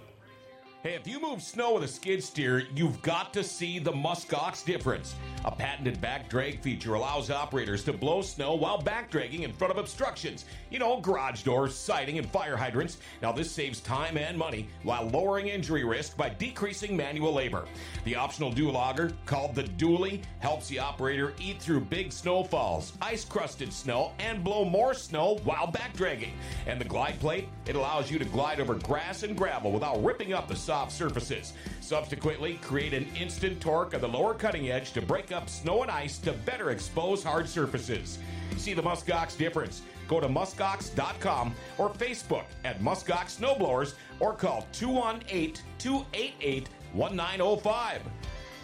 Speaker 1: Hey, if you move snow with a skid steer, you've got to see the muskox difference. A patented back drag feature allows operators to blow snow while back dragging in front of obstructions. You know, garage doors, siding, and fire hydrants. Now, this saves time and money while lowering injury risk by decreasing manual labor. The optional dual auger, called the dually, helps the operator eat through big snowfalls, ice crusted snow, and blow more snow while back dragging. And the glide plate, it allows you to glide over grass and gravel without ripping up the soft surfaces. Subsequently, create an instant torque of the lower cutting edge to break up snow and ice to better expose hard surfaces. See the Muskox difference. Go to muskox.com or Facebook at Muskox Snowblowers or call 218 288 1905.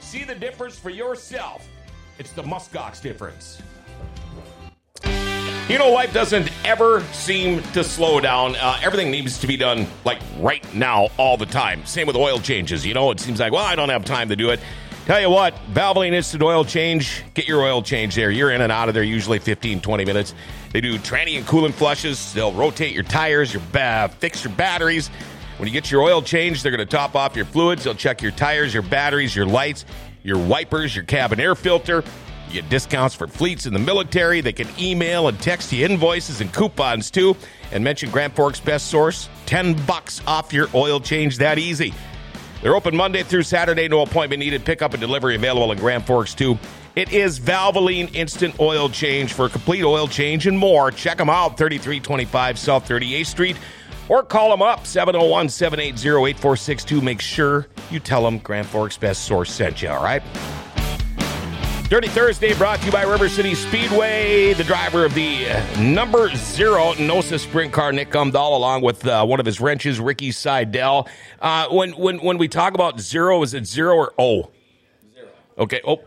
Speaker 1: See the difference for yourself. It's the Muskox difference. You know, life doesn't ever seem to slow down. Uh, everything needs to be done like right now, all the time. Same with oil changes. You know, it seems like, well, I don't have time to do it. Tell you what, Valvoline Instant Oil Change, get your oil change there. You're in and out of there usually 15, 20 minutes. They do tranny and coolant flushes. They'll rotate your tires, your ba- fix your batteries. When you get your oil change, they're going to top off your fluids. They'll check your tires, your batteries, your lights, your wipers, your cabin air filter. You get discounts for fleets in the military. They can email and text you invoices and coupons too. And mention Grand Forks Best Source. 10 bucks off your oil change that easy. They're open Monday through Saturday. No appointment needed. Pickup and delivery available in Grand Forks too. It is Valvoline Instant Oil Change for a complete oil change and more. Check them out, 3325 South 38th Street, or call them up, 701 780 8462. Make sure you tell them Grand Forks Best Source sent you, all right? Dirty Thursday brought to you by River City Speedway. The driver of the uh, number zero Nosa sprint car, Nick Gumdahl, along with uh, one of his wrenches, Ricky Seidel. Uh, when, when, when we talk about zero, is it zero or O? Zero. Okay. Oh,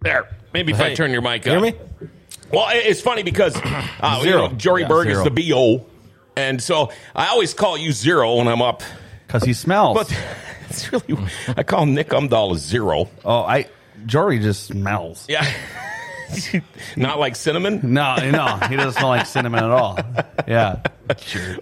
Speaker 1: there. Maybe if I
Speaker 4: Hey,
Speaker 1: turn your mic up.
Speaker 4: Hear me?
Speaker 1: Well, it- it's funny because uh, you
Speaker 4: Zero.
Speaker 1: know, Jory
Speaker 4: Yeah,
Speaker 1: Berg is
Speaker 4: zero.
Speaker 1: the BO. And so I always call you zero when I'm up.
Speaker 2: Because he smells.
Speaker 1: But *laughs* it's really, I call Nick Umdahl a zero.
Speaker 2: oh, I Jory just smells. *laughs*
Speaker 1: Yeah. Not like cinnamon.
Speaker 2: No, no, he doesn't smell like cinnamon at all. Yeah,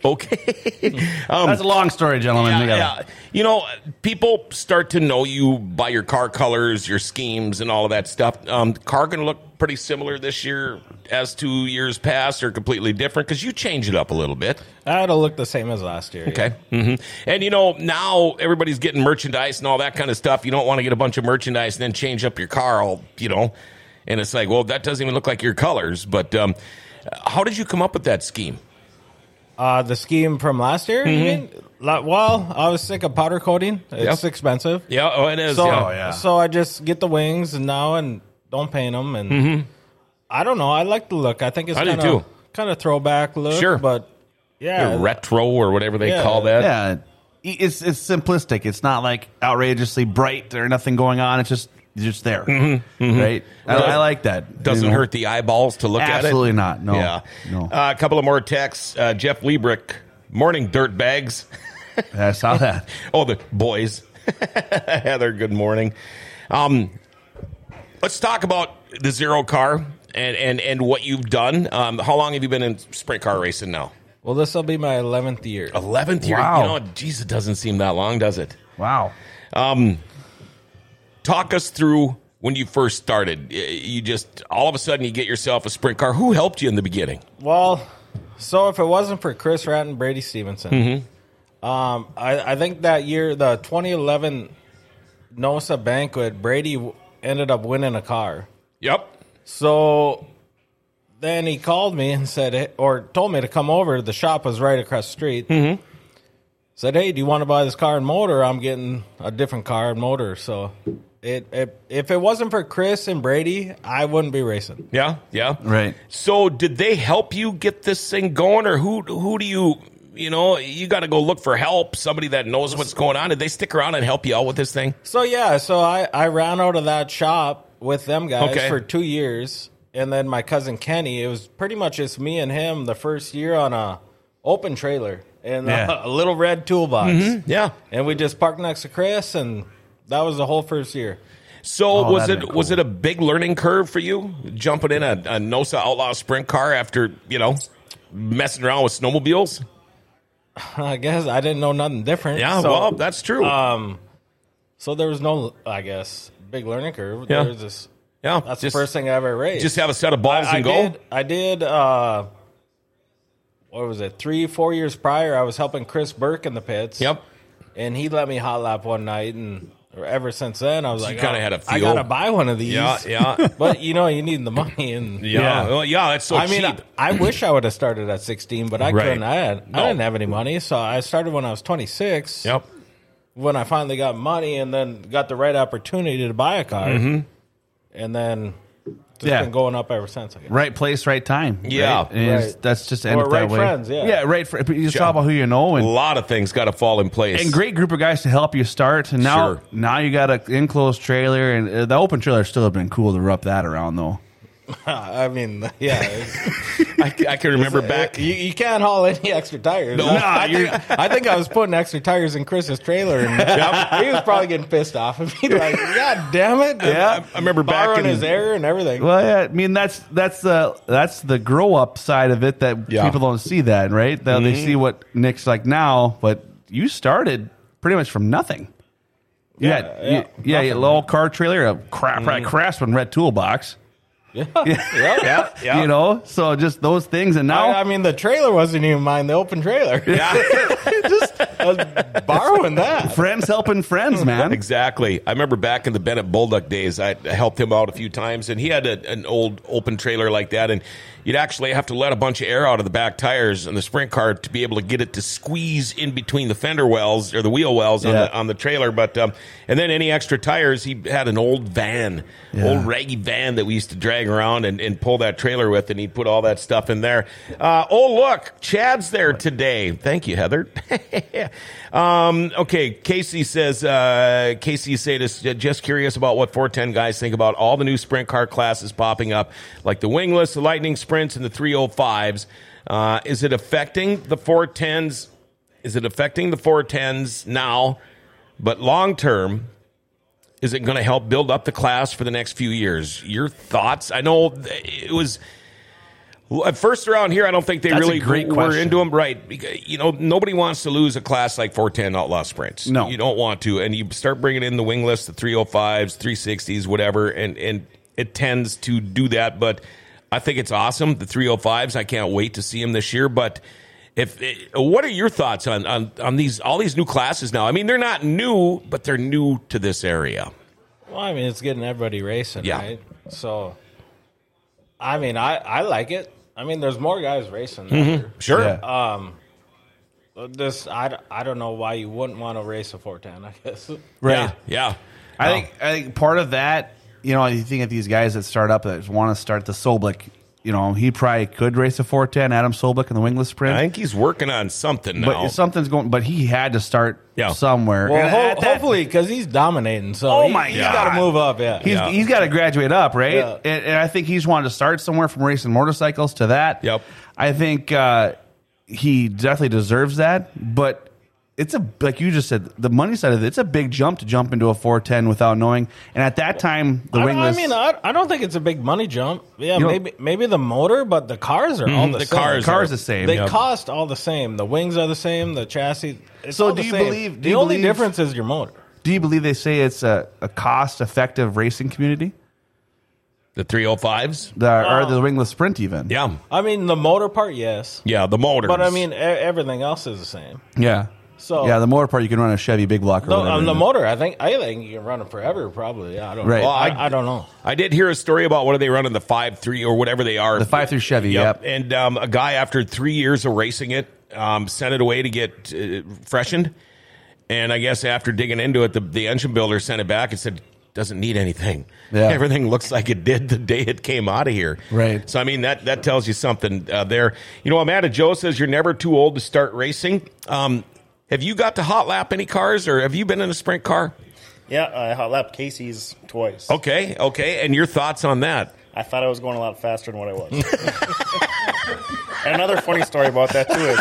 Speaker 1: Okay. Um,
Speaker 2: that's a long story, gentlemen.
Speaker 1: yeah,
Speaker 2: We gotta-
Speaker 1: yeah. You know, people start to know you by your car colors, your schemes, and all of that stuff. Um, car going to look pretty similar this year as to years past or completely different because you change it up a little bit.
Speaker 4: That'll look the same as last year.
Speaker 1: Okay. hmm And, you know, now everybody's getting merchandise and all that kind of stuff. You don't want to get a bunch of merchandise and then change up your car, all, you know. And it's like, well, that doesn't even look like your colors. But um, how did you come up with that scheme?
Speaker 4: Uh, the scheme from last year. You mean? Like, well, I was sick of powder coating. It's
Speaker 1: Mm-hmm. Yep.
Speaker 4: expensive.
Speaker 1: Yeah, oh, it is.
Speaker 4: So,
Speaker 1: yeah.
Speaker 2: yeah.
Speaker 4: so I just get the wings and now and don't paint them. And I don't know. I like the look. I think it's
Speaker 1: Mm-hmm. I do
Speaker 4: kind
Speaker 1: too.
Speaker 4: of kind of throwback look.
Speaker 1: Sure.
Speaker 4: but yeah,
Speaker 1: retro or whatever they
Speaker 4: Yeah.
Speaker 1: call that.
Speaker 2: yeah. It's it's simplistic. It's not like outrageously bright or nothing going on. It's just it's just there, right? I, I like that.
Speaker 1: Mm-hmm, Doesn't
Speaker 2: You know?
Speaker 1: hurt the eyeballs to look at it.
Speaker 2: Absolutely not. No,
Speaker 1: Yeah.
Speaker 2: no.
Speaker 1: Uh, a couple of more texts. Uh, Jeff Liebrick, morning dirt bags. *laughs*
Speaker 2: I
Speaker 4: *laughs*
Speaker 2: saw that.
Speaker 1: Oh, the boys. *laughs* Heather, good morning. Um, let's talk about the zero car and, and, and what you've done. Um, how long have you been in sprint car racing now?
Speaker 4: Well, this will be my 11th year.
Speaker 1: 11th year.
Speaker 2: Wow.
Speaker 1: You know, geez, it doesn't seem that long, does it?
Speaker 2: Wow.
Speaker 1: Talk us through when you first started. Y- You just, all of a sudden, you get yourself a sprint car. Who helped you in the beginning?
Speaker 4: Well, so if it wasn't for Chris Ratt and Brady Stevenson, um, I, I think that year, the 2011 NOSA banquet, Brady w- ended up winning a car.
Speaker 1: Yep.
Speaker 4: So then he called me and said, hey- or told me to come over. The shop was right across the street. Mm-hmm. Said, hey, do you want to buy this car and motor? I'm getting a different car and motor. So it, it if it wasn't for Chris and Brady, I wouldn't be racing.
Speaker 1: Yeah. Yeah.
Speaker 2: Right.
Speaker 1: So, did they help you get this thing going, or who who do you you know you got to go look for help? Somebody that knows what's going on. Did they stick around and help you out with this thing?
Speaker 4: So yeah, so I I ran out of that shop with them guys
Speaker 1: Okay.
Speaker 4: for two years, and then my cousin Kenny. It was pretty much just me and him the first year on a open trailer and
Speaker 2: Yeah.
Speaker 4: *laughs* a, little red toolbox,
Speaker 1: Yeah.
Speaker 4: and we just parked next to Chris, and that was the whole first year. *laughs*
Speaker 1: So
Speaker 2: Oh,
Speaker 1: was it
Speaker 2: that'd be
Speaker 1: was
Speaker 2: cool.
Speaker 1: it a big learning curve for you jumping in a, a Nosa Outlaw sprint car after you know messing around with snowmobiles?
Speaker 4: I guess I didn't know nothing different.
Speaker 1: Yeah.
Speaker 4: so,
Speaker 1: well, that's true.
Speaker 4: um, so there was no, I guess, big learning curve.
Speaker 1: Yeah.
Speaker 4: There was this.
Speaker 1: yeah.
Speaker 4: That's
Speaker 1: just,
Speaker 4: the first thing I ever raced.
Speaker 1: Just have a set of balls
Speaker 4: I
Speaker 1: and go.
Speaker 4: Did, I did. Uh, what was it? Three, four years prior, I was helping Chris Burke in the pits.
Speaker 1: Yep.
Speaker 4: And he let me hot lap one night, and ever since then, I was like,
Speaker 1: kinda
Speaker 4: "Oh,
Speaker 1: had a
Speaker 4: I
Speaker 1: feel."
Speaker 4: gotta buy one of these.
Speaker 1: Yeah. Yeah. yeah.
Speaker 4: *laughs* But you know, you need the money, and
Speaker 1: *laughs* Yeah. Well, yeah. It's so
Speaker 4: I mean, I,
Speaker 1: cheap.
Speaker 4: I wish I would have started at sixteen, but I
Speaker 1: Right.
Speaker 4: couldn't. I, had,
Speaker 1: No.
Speaker 4: I didn't have any money, so I started when I was twenty six.
Speaker 1: yep.
Speaker 4: When I finally got money, and then got the right opportunity to buy a car,
Speaker 1: Mm-hmm.
Speaker 4: and then just
Speaker 2: Yeah.
Speaker 4: been going up ever since. I guess.
Speaker 2: Right place, right time.
Speaker 1: Yeah.
Speaker 2: right? And it's-
Speaker 4: Right.
Speaker 2: that's just end
Speaker 4: Or
Speaker 2: it that
Speaker 4: right
Speaker 2: way.
Speaker 4: friends, yeah.
Speaker 2: yeah, right. Fr- but you just talk about who you know
Speaker 1: A
Speaker 2: and
Speaker 1: lot of things got to fall in place.
Speaker 2: and great group of guys to help you start. And now,
Speaker 1: Sure.
Speaker 2: now you got an enclosed trailer, and uh, the open trailer still have been cool to wrap that around though.
Speaker 4: I mean, *laughs* yeah. it's-
Speaker 1: I, I can *laughs* remember *laughs* back.
Speaker 4: You, you can't haul any extra tires.
Speaker 1: No,
Speaker 4: I, I think, I think I was putting extra tires in Chris's trailer,
Speaker 1: *laughs*
Speaker 4: and he was probably getting pissed off at me. Like, God damn it!
Speaker 1: Yeah. I remember back
Speaker 4: borrowing
Speaker 1: in-
Speaker 4: his air and everything.
Speaker 2: Well, yeah, I mean that's that's the that's the grow up side of it that
Speaker 1: Yeah.
Speaker 2: people don't see that right. That They see what Nick's like now, but you started pretty much from nothing. Yeah, yeah, Mm-hmm. you,
Speaker 4: yeah,
Speaker 2: yeah, you had a little car trailer, a crap, right, craftsman red toolbox. *laughs*
Speaker 4: Yeah.
Speaker 2: You know, so just those things, and now
Speaker 4: I, I mean, the trailer wasn't even mine. The open
Speaker 1: *laughs*
Speaker 4: trailer. Just *laughs* I was borrowing that.
Speaker 2: friends helping *laughs* friends, man.
Speaker 1: Exactly. I remember back in the Bennett Bulldog days, I helped him out a few times, and he had a, an old open trailer like that, and you'd actually have to let a bunch of air out of the back tires and the sprint car to be able to get it to squeeze in between the fender wells or the wheel wells on,
Speaker 2: Yeah.
Speaker 1: the, on the trailer. But um, and then any extra tires, he had an old van, old raggy van that we used to drag around and, and pull that trailer with, and he'd put all that stuff in there. Uh, oh look, Chad's there today. Thank you, Heather. *laughs* Um, okay, Casey says, uh, Casey Sadis, "J- just curious about what 410 guys think about all the new sprint car classes popping up, like the wingless, the lightning sprints, and the 305s. Uh, is it affecting the 410s? Is it affecting the 410s now? But long term, is it going to help build up the class for the next few years? Your thoughts? I know th- it was well, at first around here. I don't think they
Speaker 2: That's a
Speaker 1: really
Speaker 2: great
Speaker 1: were
Speaker 2: question.
Speaker 1: into them, right? Because, You know, nobody wants to lose a class like 410 Outlaw Sprints.
Speaker 2: No.
Speaker 1: you don't want to, and you start bringing in the wingless, the 305s, 360s, whatever, and and it tends to do that. But I think it's awesome. The 305s, I can't wait to see them this year, but. If eh, what are your thoughts on, on on these all these new classes now? I mean, they're not new, but they're new to this area.
Speaker 4: Well, I mean, it's getting everybody racing,
Speaker 1: Yeah.
Speaker 4: right? So, I mean, I I like it. I mean, there's more guys racing. than
Speaker 1: Mm-hmm.
Speaker 4: there.
Speaker 1: Sure.
Speaker 2: Yeah.
Speaker 4: This I, d- I don't know why you wouldn't want to race a 410. I guess.
Speaker 1: Right. Yeah.
Speaker 2: I think I think part of that, you know, you think of these guys that start up that want to start the Solblick. You know, he probably could race a 410, Adam Solblick in the wingless sprint.
Speaker 1: I think he's working on something
Speaker 2: but
Speaker 1: now.
Speaker 2: something's going. But he had to start
Speaker 1: Yeah.
Speaker 2: somewhere.
Speaker 4: Well,
Speaker 2: And
Speaker 4: ho-
Speaker 2: at that-
Speaker 4: hopefully, because he's dominating. So
Speaker 2: Oh
Speaker 4: he,
Speaker 2: my
Speaker 4: has
Speaker 1: God.
Speaker 4: got to move up. Yeah,
Speaker 2: he's
Speaker 1: Yeah.
Speaker 2: he's got to graduate up, right?
Speaker 4: Yeah.
Speaker 2: And, and I think he's wanted to start somewhere from racing motorcycles to that.
Speaker 1: Yep.
Speaker 2: I think uh, he definitely deserves that, but it's a like you just said the money side of it. It's a big jump to jump into a four ten without knowing. And at that time, the
Speaker 4: I, don't, I
Speaker 2: wingless.
Speaker 4: mean, uh, I, I don't think it's a big money jump. Yeah,
Speaker 2: You don't-
Speaker 4: maybe maybe the motor, but the cars are all
Speaker 1: Mhm,
Speaker 4: the,
Speaker 1: the
Speaker 4: same.
Speaker 1: cars
Speaker 2: Cars are- the same,
Speaker 4: They
Speaker 2: yeah.
Speaker 4: cost all the same. The wings are the same. The chassis. It's
Speaker 2: So
Speaker 4: all
Speaker 2: do
Speaker 4: the
Speaker 2: you
Speaker 4: same.
Speaker 2: believe- do
Speaker 4: the
Speaker 2: you
Speaker 4: only
Speaker 2: believe-
Speaker 4: difference is your motor?
Speaker 2: do you believe they say it's a, a cost effective racing community?
Speaker 1: The 305s?
Speaker 2: The,
Speaker 4: Uh,
Speaker 2: Or the wingless sprint even?
Speaker 1: Yeah.
Speaker 4: I mean, the motor part, yes,
Speaker 1: Yeah, the motors.
Speaker 4: but I mean, e- everything else is the same.
Speaker 2: Yeah.
Speaker 4: So-
Speaker 2: yeah, the motor part you can run a Chevy big block or
Speaker 4: The,
Speaker 2: whatever.
Speaker 4: on the motor, I think I think you can run it forever. Probably, yeah, I don't.
Speaker 2: Right.
Speaker 4: Know.
Speaker 2: Well,
Speaker 4: I,
Speaker 1: I-
Speaker 4: I don't know.
Speaker 1: I did hear a story about what are they running the five three or whatever they are.
Speaker 2: The five three Chevy.
Speaker 1: Yep.
Speaker 2: Yep.
Speaker 1: And um, a guy after three years of racing it um, sent it away to get uh, freshened. And I guess after digging into it, the, the engine builder sent it back and said, doesn't need anything.
Speaker 2: Yeah.
Speaker 1: Everything looks like it did the day it came out of here.
Speaker 2: Right.
Speaker 1: So, I mean, that, that tells you something uh, there. You know, Amanda Joe says you're never too old to start racing. Um, have you got to hot lap any cars or have you been in a sprint car?
Speaker 3: Yeah, I hot lapped Casey's twice.
Speaker 1: Okay. Okay. And your thoughts on that?
Speaker 3: I thought I was going a lot faster than what I was. *laughs* and another funny story about that too is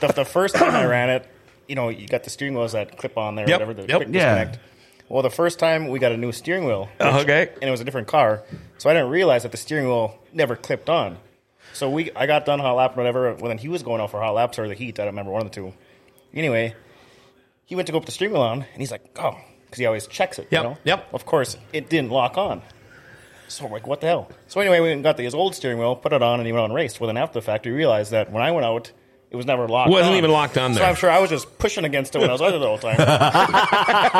Speaker 3: the, the first time I ran it, you know, you got the steering wheels that clip on there, or
Speaker 1: Yep,
Speaker 3: whatever the
Speaker 1: yep,
Speaker 3: quick
Speaker 2: yeah.
Speaker 3: disconnect. Well, the first time we got a new steering wheel,
Speaker 1: Uh, Okay.
Speaker 3: and it was a different car, so I didn't realize that the steering wheel never clipped on. So we, I got done hot lap or whatever. Well, then he was going out for hot laps or the heat. I don't remember one of the two. Anyway, he went to go put the steering wheel on, and he's like, "Oh," because he always checks it.
Speaker 1: Yep,
Speaker 3: You know?
Speaker 1: yep.
Speaker 3: Of course, it didn't lock on. So I'm like, "What the hell?" So anyway, we went and got his old steering wheel, put it on, and he went out and raced. Well, then after the fact, we realized that when I went out, it was never locked.
Speaker 1: Wasn't
Speaker 3: on.
Speaker 1: even locked on
Speaker 3: So
Speaker 1: there.
Speaker 3: I'm sure I was just pushing against it when I was out there the whole time. *laughs*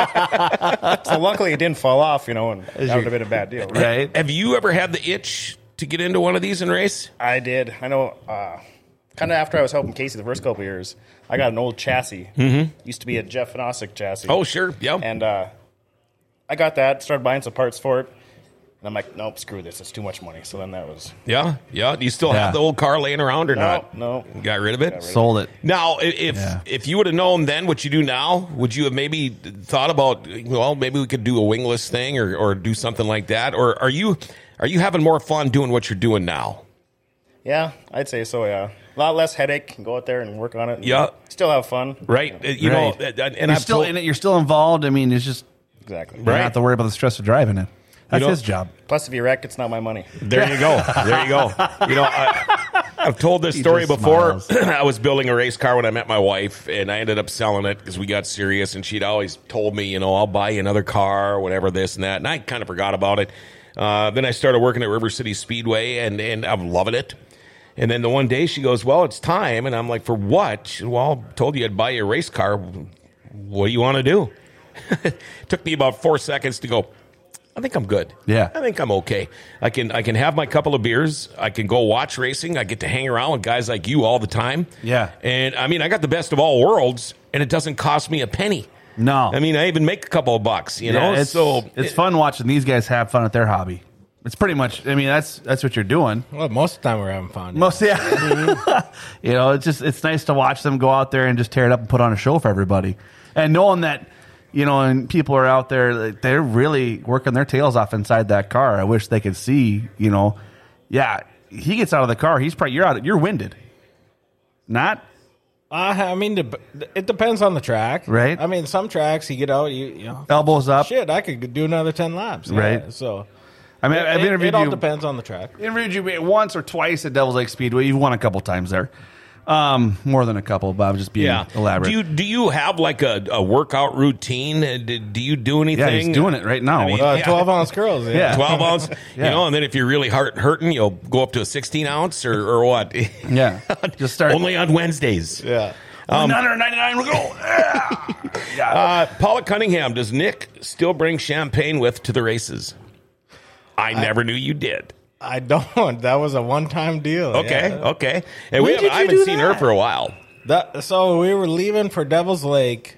Speaker 3: so luckily, it didn't fall off. You know, and that would have been a bad deal. Right?
Speaker 2: Right.
Speaker 1: Have you ever had the itch to get into one of these and race?
Speaker 3: I did. I know. Uh, kind of after I was helping Casey the first couple of years, I got an old chassis. Mm-hmm. Used to be a Jeff Nosick chassis.
Speaker 1: Oh, sure. Yeah.
Speaker 3: And uh, I got that, started buying some parts for it. And I'm like, nope, screw this. It's too much money. So then that was.
Speaker 1: yeah. Yeah. Do you still
Speaker 2: Yeah.
Speaker 1: have the old car laying around or
Speaker 3: No,
Speaker 1: not?
Speaker 3: no.
Speaker 1: Got rid of it?
Speaker 3: rid of
Speaker 2: Sold it.
Speaker 1: Now, i- if
Speaker 2: Yeah.
Speaker 1: if you would have known then what you do now, would you have maybe thought about well, maybe we could do a wingless thing or, or do something like that? Or are you are you having more fun doing what you're doing now?
Speaker 3: Yeah, I'd say so, yeah. A lot less headache. Can go out there and work on it. and
Speaker 1: Yeah.
Speaker 3: Still have fun.
Speaker 1: Right? Uh, You
Speaker 2: Right.
Speaker 1: know, and- and
Speaker 2: you're
Speaker 1: I've
Speaker 2: still
Speaker 1: told-
Speaker 2: in it. You're still involved. I mean, it's just
Speaker 3: Exactly.
Speaker 2: you
Speaker 1: Right.
Speaker 2: don't have to worry about the stress of driving it. That's
Speaker 1: don't-
Speaker 2: his job.
Speaker 3: Plus, if you wreck, it's not my money.
Speaker 1: There you go. There you go. You know, I, I've told this story
Speaker 2: just
Speaker 1: before.
Speaker 2: smiles.
Speaker 1: *clears throat* I was building a race car when I met my wife, and I ended up selling it because we got serious. And she'd always told me, you know, I'll buy you another car, whatever, this and that. And I kind of forgot about it. Uh, then I started working at River City Speedway, and and I'm loving it. And then the one day she goes, "Well, it's time," and I'm like, "For what?" She, well, I told you I'd buy you a race car. What do you want to do? *laughs* Took me about four seconds to go. I think I'm good.
Speaker 2: Yeah.
Speaker 1: I think I'm okay. I can I can have my couple of beers. I can go watch racing. I get to hang around with guys like you all the time.
Speaker 2: Yeah.
Speaker 1: And I mean, I got the best of all worlds, and it doesn't cost me a penny.
Speaker 2: No.
Speaker 1: I mean, I even make a couple of bucks. You know,
Speaker 2: it's,
Speaker 1: so
Speaker 2: it's fun watching these guys have fun at their hobby. It's pretty much. I mean, that's that's what you're doing.
Speaker 4: Well, most of the time we're having fun.
Speaker 2: Most yeah. *laughs* you know, it's just it's nice to watch them go out there and just tear it up and put on a show for everybody. And knowing that, you know, and people are out there like, they're really working their tails off inside that car. I wish they could see, you know. Yeah, he gets out of the car, he's probably you're out you're winded. Not
Speaker 4: I, I mean, dep- it depends on the track,
Speaker 2: Right.
Speaker 4: I mean, some tracks you get out, you you know,
Speaker 2: elbows up.
Speaker 4: shit, I could do another ten laps, yeah.
Speaker 2: Right.
Speaker 4: So
Speaker 2: I mean, I've
Speaker 4: it,
Speaker 2: interviewed
Speaker 4: it all
Speaker 2: you.
Speaker 4: depends on the track.
Speaker 2: interviewed you once or twice at Devil's Lake Speedway. You've won a couple times there. Um, more than a couple, Bob. Just being
Speaker 1: yeah.
Speaker 2: elaborate.
Speaker 1: Do you do you have like a, a workout routine? Uh, Do, do you do anything?
Speaker 2: yeah, he's doing it right now.
Speaker 1: mean-
Speaker 4: Uh,
Speaker 1: Yeah.
Speaker 4: Twelve ounce curls, yeah.
Speaker 1: *laughs*
Speaker 2: yeah,
Speaker 1: Twelve ounce, you
Speaker 2: *laughs* Yeah.
Speaker 1: know, and then if you're really heart hurting, you'll go up to a sixteen ounce or, or what?
Speaker 2: *laughs*
Speaker 1: *laughs*
Speaker 2: yeah. Just start.
Speaker 1: Only on Wednesdays.
Speaker 4: yeah.
Speaker 1: Um, 199 we go. *laughs* uh, Paula Cunningham, does Nick still bring champagne with to the races? I, never knew you did.
Speaker 4: I don't. *laughs* That was a one time deal.
Speaker 1: Okay,
Speaker 4: yeah.
Speaker 1: okay. And we
Speaker 4: When
Speaker 1: haven't,
Speaker 4: did
Speaker 1: I
Speaker 4: you
Speaker 1: haven't
Speaker 4: do
Speaker 1: seen her
Speaker 4: that?
Speaker 1: for a while.
Speaker 4: That so we were leaving for Devil's Lake.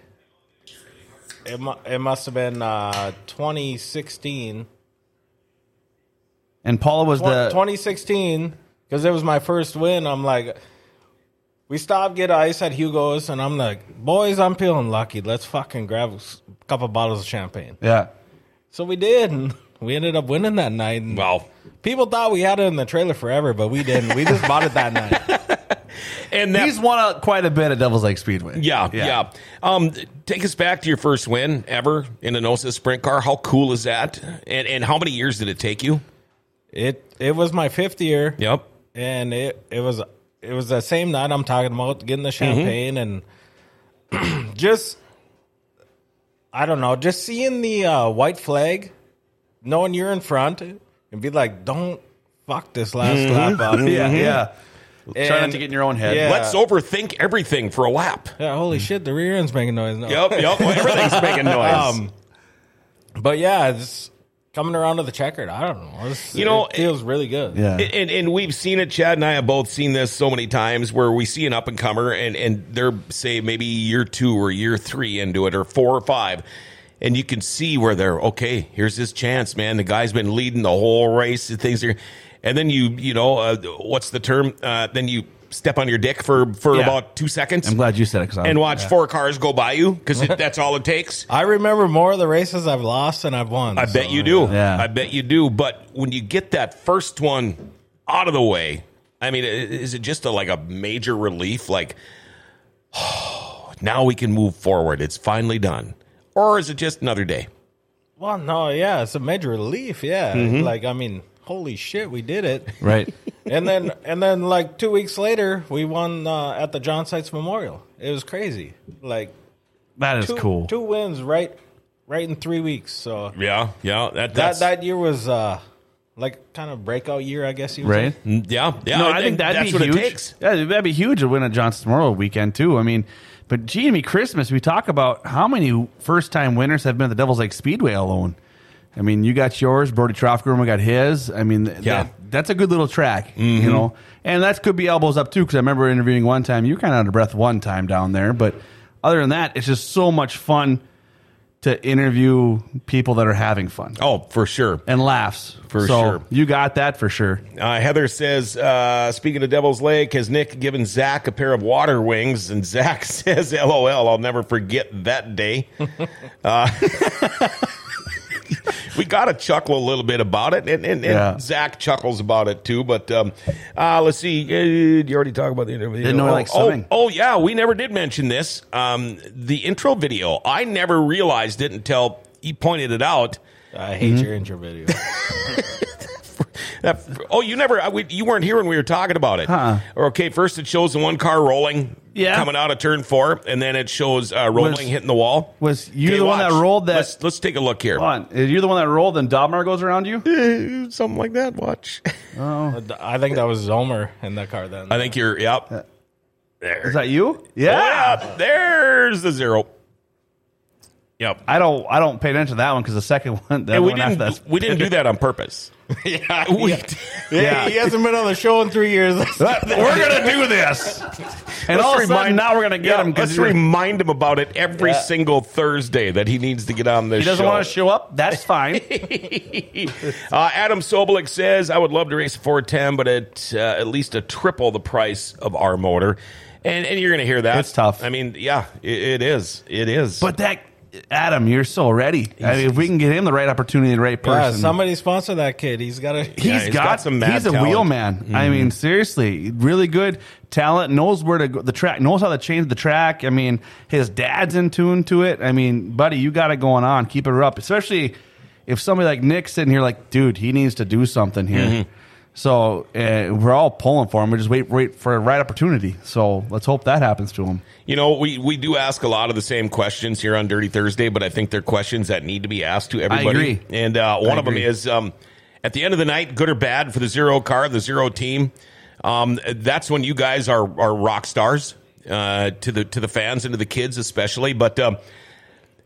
Speaker 4: It mu- it must have been uh, 2016.
Speaker 2: And Paula was
Speaker 4: Tw-
Speaker 2: the
Speaker 4: 2016 because it was my first win. I'm like, we stopped get ice at Hugo's, and I'm like, boys, I'm feeling lucky. Let's fucking grab a s- couple bottles of champagne.
Speaker 2: yeah.
Speaker 4: So we did, and we ended up winning that night. And
Speaker 1: Well,
Speaker 4: people thought we had it in the trailer forever, but we didn't. We just bought it that night.
Speaker 1: And that,
Speaker 2: He's won out quite a bit at Devil's Lake Speedway.
Speaker 1: yeah, yeah, Um, take us back to your first win ever in an OSA sprint car. How cool is that? And and how many years did it take you?
Speaker 4: It it was my fifth year.
Speaker 1: Yep.
Speaker 4: and it it was it was the same night I'm talking about getting the champagne and *clears throat* just I don't know, just seeing the uh, white flag, knowing you're in front, and be like, don't fuck this last lap up.
Speaker 2: Yeah, yeah. Try not
Speaker 4: And-
Speaker 2: to get in your own head.
Speaker 4: Yeah.
Speaker 1: Let's overthink everything for a lap.
Speaker 4: Yeah, holy shit, the rear end's making noise now.
Speaker 1: Yep, *laughs*
Speaker 4: *laughs*
Speaker 1: yep. Everything's *laughs* making noise.
Speaker 4: Um, but yeah, it's coming around to the checkered. I don't know. It's,
Speaker 1: You know,
Speaker 4: it feels really good.
Speaker 2: Yeah.
Speaker 1: And, and and we've seen it. Chad and I have both seen this so many times where we see an up and comer and and they're say maybe year two or year three into it or four or five, and you can see where they're okay. Here's his chance, man. The guy's been leading the whole race. And things are, and then you you know uh, what's the term? Uh, then you step on your dick for for
Speaker 2: Yeah.
Speaker 1: about two seconds.
Speaker 2: I'm glad you said it because
Speaker 1: and watch four cars go by you because
Speaker 2: *laughs*
Speaker 1: that's all it takes.
Speaker 4: I remember more of the races I've lost than I've won.
Speaker 1: I bet you do.
Speaker 2: Yeah.
Speaker 1: I bet you do. But when you get that first one out of the way, I mean, i- is it just a, like a major relief? Like, *sighs* now we can move forward. It's finally done. Or is it just another day?
Speaker 4: Well, no, yeah, it's a major relief. Yeah,
Speaker 2: Mm-hmm.
Speaker 4: like I mean, holy shit, we
Speaker 2: *laughs*
Speaker 4: did it.
Speaker 2: right.
Speaker 4: and then, and then, like two weeks later, we won uh, at the John Sites Memorial. It was crazy. Like
Speaker 2: That is
Speaker 4: two,
Speaker 2: cool.
Speaker 4: two wins right, right in three weeks. So
Speaker 1: Yeah, yeah.
Speaker 4: that that year was uh, like kind of breakout year, I guess you would
Speaker 2: right?
Speaker 4: say.
Speaker 1: mm, yeah, yeah.
Speaker 2: No, I,
Speaker 1: and-
Speaker 2: think
Speaker 1: and
Speaker 2: that'd
Speaker 1: that's
Speaker 2: be
Speaker 1: what
Speaker 2: huge.
Speaker 1: it takes.
Speaker 2: Yeah, that'd be huge to win at Johnston Memorial weekend too. I mean, but gee, I mean, Christmas. We talk about how many first-time winners have been at the Devils Lake Speedway alone. I mean, you got yours, Brody Trofgren got his. I mean, th-
Speaker 1: Yeah. Mm-hmm.
Speaker 2: that- that's a good little track, you know. And that could be elbows up too, because I remember interviewing one time. You were kind of out of breath one time down there, but other than that, it's just so much fun to interview people that are having fun
Speaker 1: Oh, for sure.
Speaker 2: and laughs
Speaker 1: For
Speaker 2: So,
Speaker 1: sure.
Speaker 2: You got that for sure.
Speaker 1: Uh, Heather says, uh, speaking of Devil's Lake, has Nick given Zach a pair of water wings? And Zach *laughs* says, LOL, I'll never forget that day. uh, *laughs* we got to chuckle a little bit about it. And, and, and
Speaker 2: Yeah.
Speaker 1: Zach chuckles about it too. But um, uh, let's see. Uh, you already talked about the interview.
Speaker 2: Didn't know I
Speaker 1: oh,
Speaker 2: liked
Speaker 1: oh,
Speaker 2: swimming.
Speaker 1: oh, yeah. We never did mention this. Um, the intro video, I never realized it until he pointed it out.
Speaker 4: I hate
Speaker 2: Mm-hmm.
Speaker 4: your intro video.
Speaker 1: That, oh, you never, I- we, you weren't here when we were talking about it.
Speaker 2: Huh.
Speaker 1: Or, Okay, first it shows the one car rolling,
Speaker 2: Yeah.
Speaker 1: coming out of turn four, and then it shows uh, rolling
Speaker 2: Was-
Speaker 1: hitting the wall.
Speaker 2: was you
Speaker 1: Okay,
Speaker 2: the one that
Speaker 1: watch.
Speaker 2: rolled that-
Speaker 1: Let's, let's take a look here.
Speaker 2: Hold on. You're the one that rolled and Dobmar goes around
Speaker 1: *laughs*
Speaker 2: you?
Speaker 1: Something like that.
Speaker 2: *laughs*
Speaker 1: Watch.
Speaker 4: I think that was Zomer in that car then.
Speaker 1: I think you're. Yep. There.
Speaker 2: Uh, Is that Ah! you?
Speaker 1: Yep, There's the zero. Yep.
Speaker 2: I don't I don't pay attention to that one because the second *laughs* one that
Speaker 1: And we
Speaker 2: one after
Speaker 1: didn't. We didn't do that on
Speaker 2: *laughs*
Speaker 1: purpose.
Speaker 4: *laughs* yeah,
Speaker 1: We,
Speaker 4: yeah, he hasn't been on the show in three years.
Speaker 2: that's We're gonna do this. *laughs* and all of a sudden
Speaker 1: remind-
Speaker 2: now we're gonna get him
Speaker 1: let's
Speaker 2: because he
Speaker 1: remind him about it every
Speaker 4: Yeah.
Speaker 1: single Thursday that he needs to get on this.
Speaker 2: doesn't
Speaker 1: show.
Speaker 2: want to show up. That's *laughs* fine.
Speaker 1: Uh, Adam Sobelik says, I would love to race a 410, but at uh, at least a triple the price of our motor. And, and you're going to hear that.
Speaker 2: It's tough.
Speaker 1: I mean, yeah, it, it is. It is.
Speaker 2: but that Adam, you're so ready. I mean, if we can get him the right opportunity, the right
Speaker 4: *laughs* Yeah,
Speaker 2: person.
Speaker 4: somebody sponsor that kid. He's got a
Speaker 1: Yeah,
Speaker 2: he's
Speaker 1: he's
Speaker 2: got,
Speaker 1: got some mad
Speaker 2: He's a
Speaker 1: talent. Mm-hmm.
Speaker 2: wheel man. I mean, seriously, really good talent. Knows where to go, the track. Knows how to change the track. I mean, his dad's in tune to it. I mean, buddy, you got it going on. Keep it up, especially if somebody like Nick's sitting here, like, dude, he needs to do something here.
Speaker 1: Mm-hmm.
Speaker 2: So uh, we're all pulling for him. We just wait, wait for a right opportunity. So let's hope that happens to him.
Speaker 1: you know, we, we do ask a lot of the same questions here on Dirty Thursday, but I think they're questions that need to be asked to everybody.
Speaker 2: agree.
Speaker 1: And uh, one
Speaker 2: I
Speaker 1: of them
Speaker 2: agree.
Speaker 1: is um, at the end of the night, good or bad for the zero car, the zero team. Um, that's when you guys are, are rock stars uh, to the to the fans and to the kids especially. But um,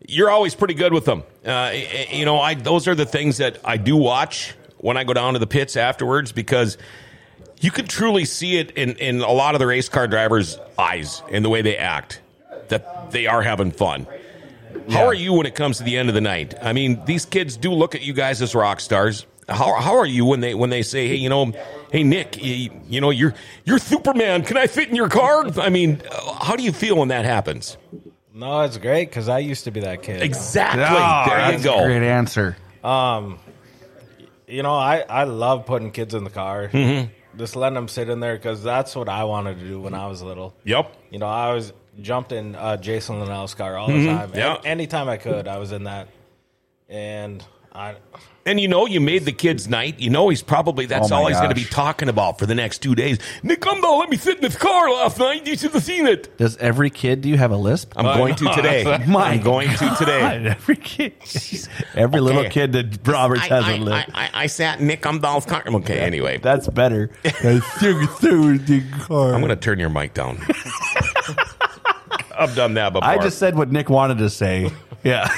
Speaker 1: you're always pretty good with them. Uh, y- y- you know, I those are the things that I do watch when I go down to the pits afterwards because you can truly see it in in a lot of the race car drivers' eyes and the way they act that they are having fun. How are you when it comes to the end of the night? I mean, these kids do look at you guys as rock stars. How, how are you when they when they say, hey, you know, hey Nick, you, you know, you're you're Superman. Can I fit in your car? I mean, uh, how do you feel when that happens?
Speaker 4: No, it's great because I used to be that kid.
Speaker 1: Exactly.
Speaker 2: Ah,
Speaker 1: there
Speaker 2: that's
Speaker 1: you
Speaker 2: a
Speaker 1: go.
Speaker 2: Great answer.
Speaker 1: Mm-hmm.
Speaker 4: You know, I I love putting kids in the car. Just letting them sit in there because that's what I wanted to do when I was little.
Speaker 1: Yep.
Speaker 4: You know, I was jumped in uh, Jason Linnell's car all the time.
Speaker 1: yeah.
Speaker 4: An- anytime I could, I was in that. And I,
Speaker 1: And you know, you made the kid's night. You know, he's probably that's
Speaker 2: Oh my
Speaker 1: all he's going to be
Speaker 2: gosh.
Speaker 1: talking about for the next two days. Nicumbo, let me sit in this car last night. You should have seen it.
Speaker 2: Does every kid? Do you have a lisp?
Speaker 1: I'm going
Speaker 2: *laughs*
Speaker 1: to today.
Speaker 2: My
Speaker 1: I'm going to
Speaker 2: *laughs*
Speaker 1: today.
Speaker 2: every kid. every little kid that Roberts has a lisp.
Speaker 1: I, I sat in Nicumbo's car. Okay, anyway,
Speaker 2: That's *laughs* better.
Speaker 1: I'm going to turn your mic down. I've done that before.
Speaker 2: I just said what Nick wanted to *laughs* say. Yeah.
Speaker 1: *laughs*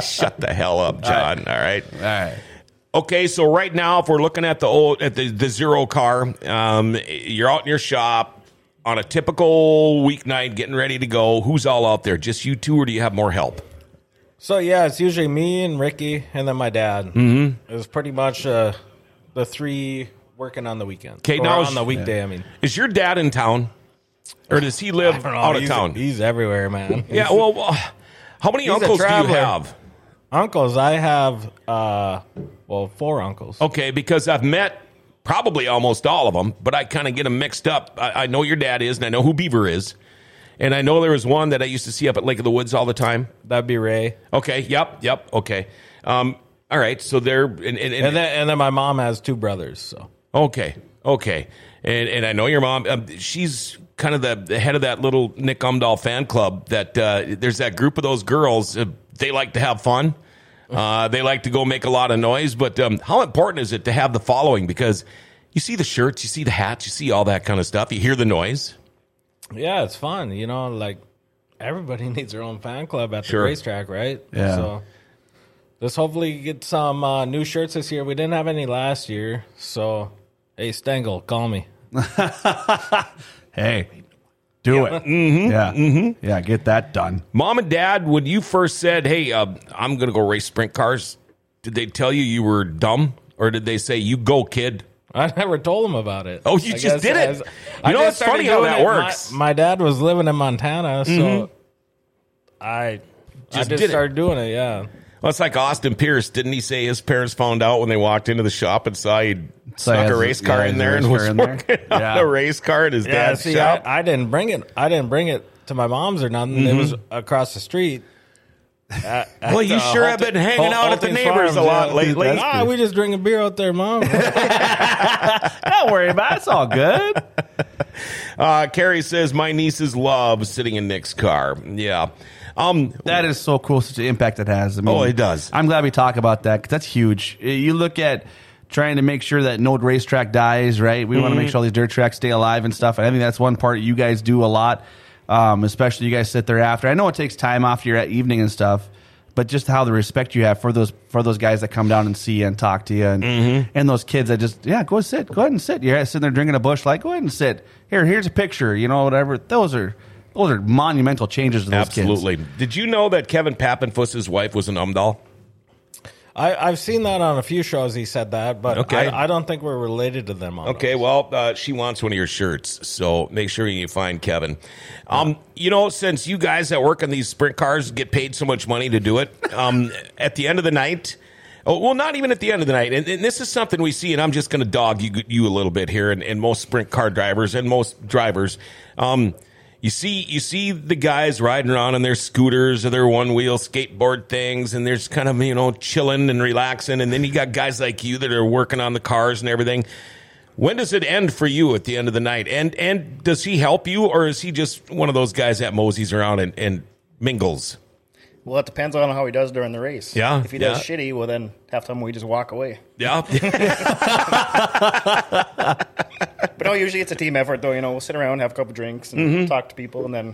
Speaker 1: shut the hell up, John. All right.
Speaker 2: All right.
Speaker 1: Okay, so right now, if we're looking at the old at the, the zero car, um, you're out in your shop on a typical weeknight, getting ready to go. Who's all out there? Just you two, or do you have more help?
Speaker 4: so yeah, it's usually me and Ricky and then my dad. Mm-hmm. It was pretty much uh, the three working on the weekend.
Speaker 1: 'Kay,
Speaker 4: Or
Speaker 1: now is-
Speaker 4: on the weekday, I mean.
Speaker 1: Is your dad in town, or does he live out of
Speaker 4: he's,
Speaker 1: town?
Speaker 4: He's everywhere, man.
Speaker 1: yeah. Well, well, how many
Speaker 4: a
Speaker 1: uncles do you
Speaker 4: traveler.
Speaker 1: have?
Speaker 4: uncles, I have uh, well, four uncles.
Speaker 1: Okay, because I've met probably almost all of them, but I kind of get them mixed up. I, I know your dad is, and I know who Beaver is, and I know there was one that I used to see up at Lake of the Woods all the time.
Speaker 4: That'd be Ray.
Speaker 1: Okay. Yep. Yep. Okay. Um, all right. So they're and, and, and,
Speaker 4: And then and then my mom has two brothers, so
Speaker 1: okay. Okay. And and I know your mom. Um, she's kind of the, the head of that little Nick Umdahl fan club. That uh, there's that group of those girls. Uh, they like to have fun. Uh, they like to go make a lot of noise. But um, how important is it to have the following? Because you see the shirts, you see the hats, you see all that kind of stuff. You hear the noise.
Speaker 4: yeah, it's fun. You know, like everybody *laughs* needs their own fan club at the
Speaker 1: Sure.
Speaker 4: racetrack, right?
Speaker 2: Yeah.
Speaker 4: So let's hopefully get some uh, new shirts this year. We didn't have any last year, so hey Stengel, call me. *laughs*
Speaker 2: Hey, do it. Mm-hmm, yeah. Mm-hmm. Yeah. Get that done.
Speaker 1: Mom and Dad, when you first said, "Hey, uh, I'm going to go race sprint cars," did they tell you you were dumb, or did they say, "You go, kid"?
Speaker 4: I never told him about it.
Speaker 1: Oh, you
Speaker 4: I
Speaker 1: just did it.
Speaker 4: as-
Speaker 1: You
Speaker 4: I
Speaker 1: know,
Speaker 4: just
Speaker 1: it's funny
Speaker 4: started
Speaker 1: how
Speaker 4: doing
Speaker 1: that
Speaker 4: it.
Speaker 1: works. Mm-hmm.
Speaker 4: My, my dad was living in Montana, so I
Speaker 1: Just
Speaker 4: I just
Speaker 1: did it.
Speaker 4: started doing it. Yeah.
Speaker 1: Well, it's like Austin Pierce. Didn't he say his parents found out when they walked into the shop and saw he snuck
Speaker 2: has
Speaker 1: a
Speaker 2: a-
Speaker 1: race car
Speaker 2: yeah,
Speaker 1: in
Speaker 2: has a
Speaker 1: there and
Speaker 2: race
Speaker 1: was
Speaker 2: car in there.
Speaker 1: working on
Speaker 2: Yeah.
Speaker 1: a race car in his
Speaker 4: Yeah,
Speaker 1: dad's
Speaker 4: see,
Speaker 1: shop?
Speaker 4: I, I didn't bring it. I didn't bring it to my mom's or nothing. It was
Speaker 1: Mm-hmm.
Speaker 4: across the street. At, at,
Speaker 1: well, you
Speaker 4: uh,
Speaker 1: sure have
Speaker 4: Holt-
Speaker 1: been hanging
Speaker 4: Holt-
Speaker 1: out at the
Speaker 4: Holting's
Speaker 1: neighbors
Speaker 4: Farms,
Speaker 1: a lot
Speaker 4: yeah.
Speaker 1: lately.
Speaker 2: That's
Speaker 4: Ah, we just drinking beer out
Speaker 1: *laughs*
Speaker 4: there, mom.
Speaker 2: Don't worry about it. It's all *laughs* good.
Speaker 1: Uh, Carrie says my nieces love sitting in Nick's car. Yeah, um,
Speaker 2: That is so cool, such an impact it has. I mean,
Speaker 1: Oh, it does.
Speaker 2: I'm glad we talk about that because that's huge. Uh, You look at trying to make sure that no racetrack dies, right? We
Speaker 1: Mm-hmm.
Speaker 2: want to make sure all these dirt tracks stay alive and stuff. And I think that's one part you guys do a lot, um, especially you guys sit there after. I know it takes time off your evening and stuff. But just how the respect you have for those for those guys that come down and see you and talk to you and
Speaker 1: Mm-hmm.
Speaker 2: and those kids that just yeah go sit go ahead and sit you're sitting there drinking a bush light go ahead and sit here here's a picture you know whatever those are those are monumental changes to those kids
Speaker 1: absolutely. Did you know that Kevin Pappenfuss's wife was an Umdahl?
Speaker 4: I, I've seen that on a few shows. He said that, but
Speaker 1: Okay.
Speaker 4: I, I don't think we're related to them. On
Speaker 1: Okay, well, uh, she wants one of your shirts, so make sure you find Kevin. Um, you know, since you guys that work on these sprint cars get paid so much money to do it, um, *laughs* at the end of the night, oh, well, not even at the end of the night, and, and this is something we see, and I'm just going to dog you you a little bit here, and, and most sprint car drivers and most drivers, um, you see, you see the guys riding around on their scooters or their one wheel skateboard things, and they're just kind of you know chilling and relaxing, and then you got guys like you that are working on the cars and everything. When does it end for you at the end of the night? And and does he help you, or is he just one of those guys that moseys around and, and mingles?
Speaker 3: Well, it depends on how he does during the race.
Speaker 1: Yeah,
Speaker 3: If he does
Speaker 1: yeah.
Speaker 3: shitty, well, then half the time we just walk away.
Speaker 1: Yeah,
Speaker 3: But no, usually it's a team effort, though. You know, we'll sit around, have a couple drinks, and
Speaker 1: Mm-hmm.
Speaker 3: talk to people, and then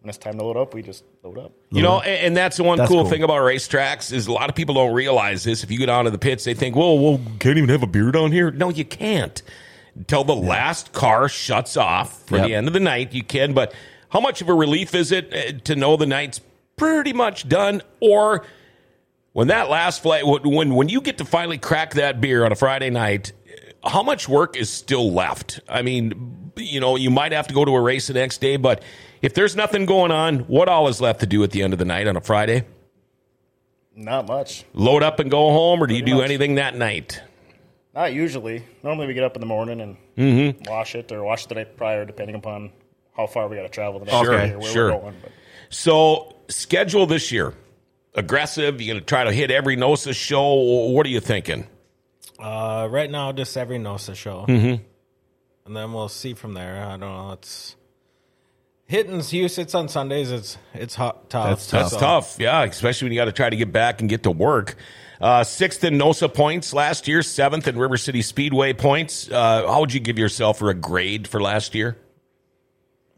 Speaker 3: when it's time to load up, we just load up.
Speaker 1: *laughs* you know, and, and that's the one
Speaker 2: That's
Speaker 1: cool,
Speaker 2: cool.
Speaker 1: thing about racetracks is a lot of people don't realize this. If you go down to the pits, they think, "Well, well, can't even have a beer down here." No, you can't until the last car shuts off for
Speaker 2: Yep.
Speaker 1: the end of the night. You can, but how much of a relief is it eh, to know the night's pretty much done, or When that last flight, when- when when you get to finally crack that beer on a Friday night, uh, how much work is still left? I mean, you know, you might have to go to a race the next day, but if there's nothing going on, what all is left to do at the end of the night on a Friday?
Speaker 3: Not much.
Speaker 1: Load up and go home, or do you do anything that night?
Speaker 3: Not usually. Normally we get up in the morning and
Speaker 1: Mm-hmm.
Speaker 3: wash it or wash the night prior, depending upon how far we got to travel the next
Speaker 1: Sure,
Speaker 3: day or where
Speaker 1: sure.
Speaker 3: we're going. But
Speaker 1: So schedule this year. Aggressive. You're going to try to hit every Gnosis show. What are you thinking?
Speaker 4: Uh, right now, just every NOSA show.
Speaker 1: Mm-hmm.
Speaker 4: And then we'll see from there. I don't know. It's hitting Houston's on Sundays. It's it's hot, tough.
Speaker 2: That's
Speaker 1: That's
Speaker 4: So,
Speaker 1: tough. Yeah, especially when you got to try to get back and get to work. Uh, sixth in NOSA points last year, seventh in River City Speedway points. Uh, how would you give yourself for a grade for last year?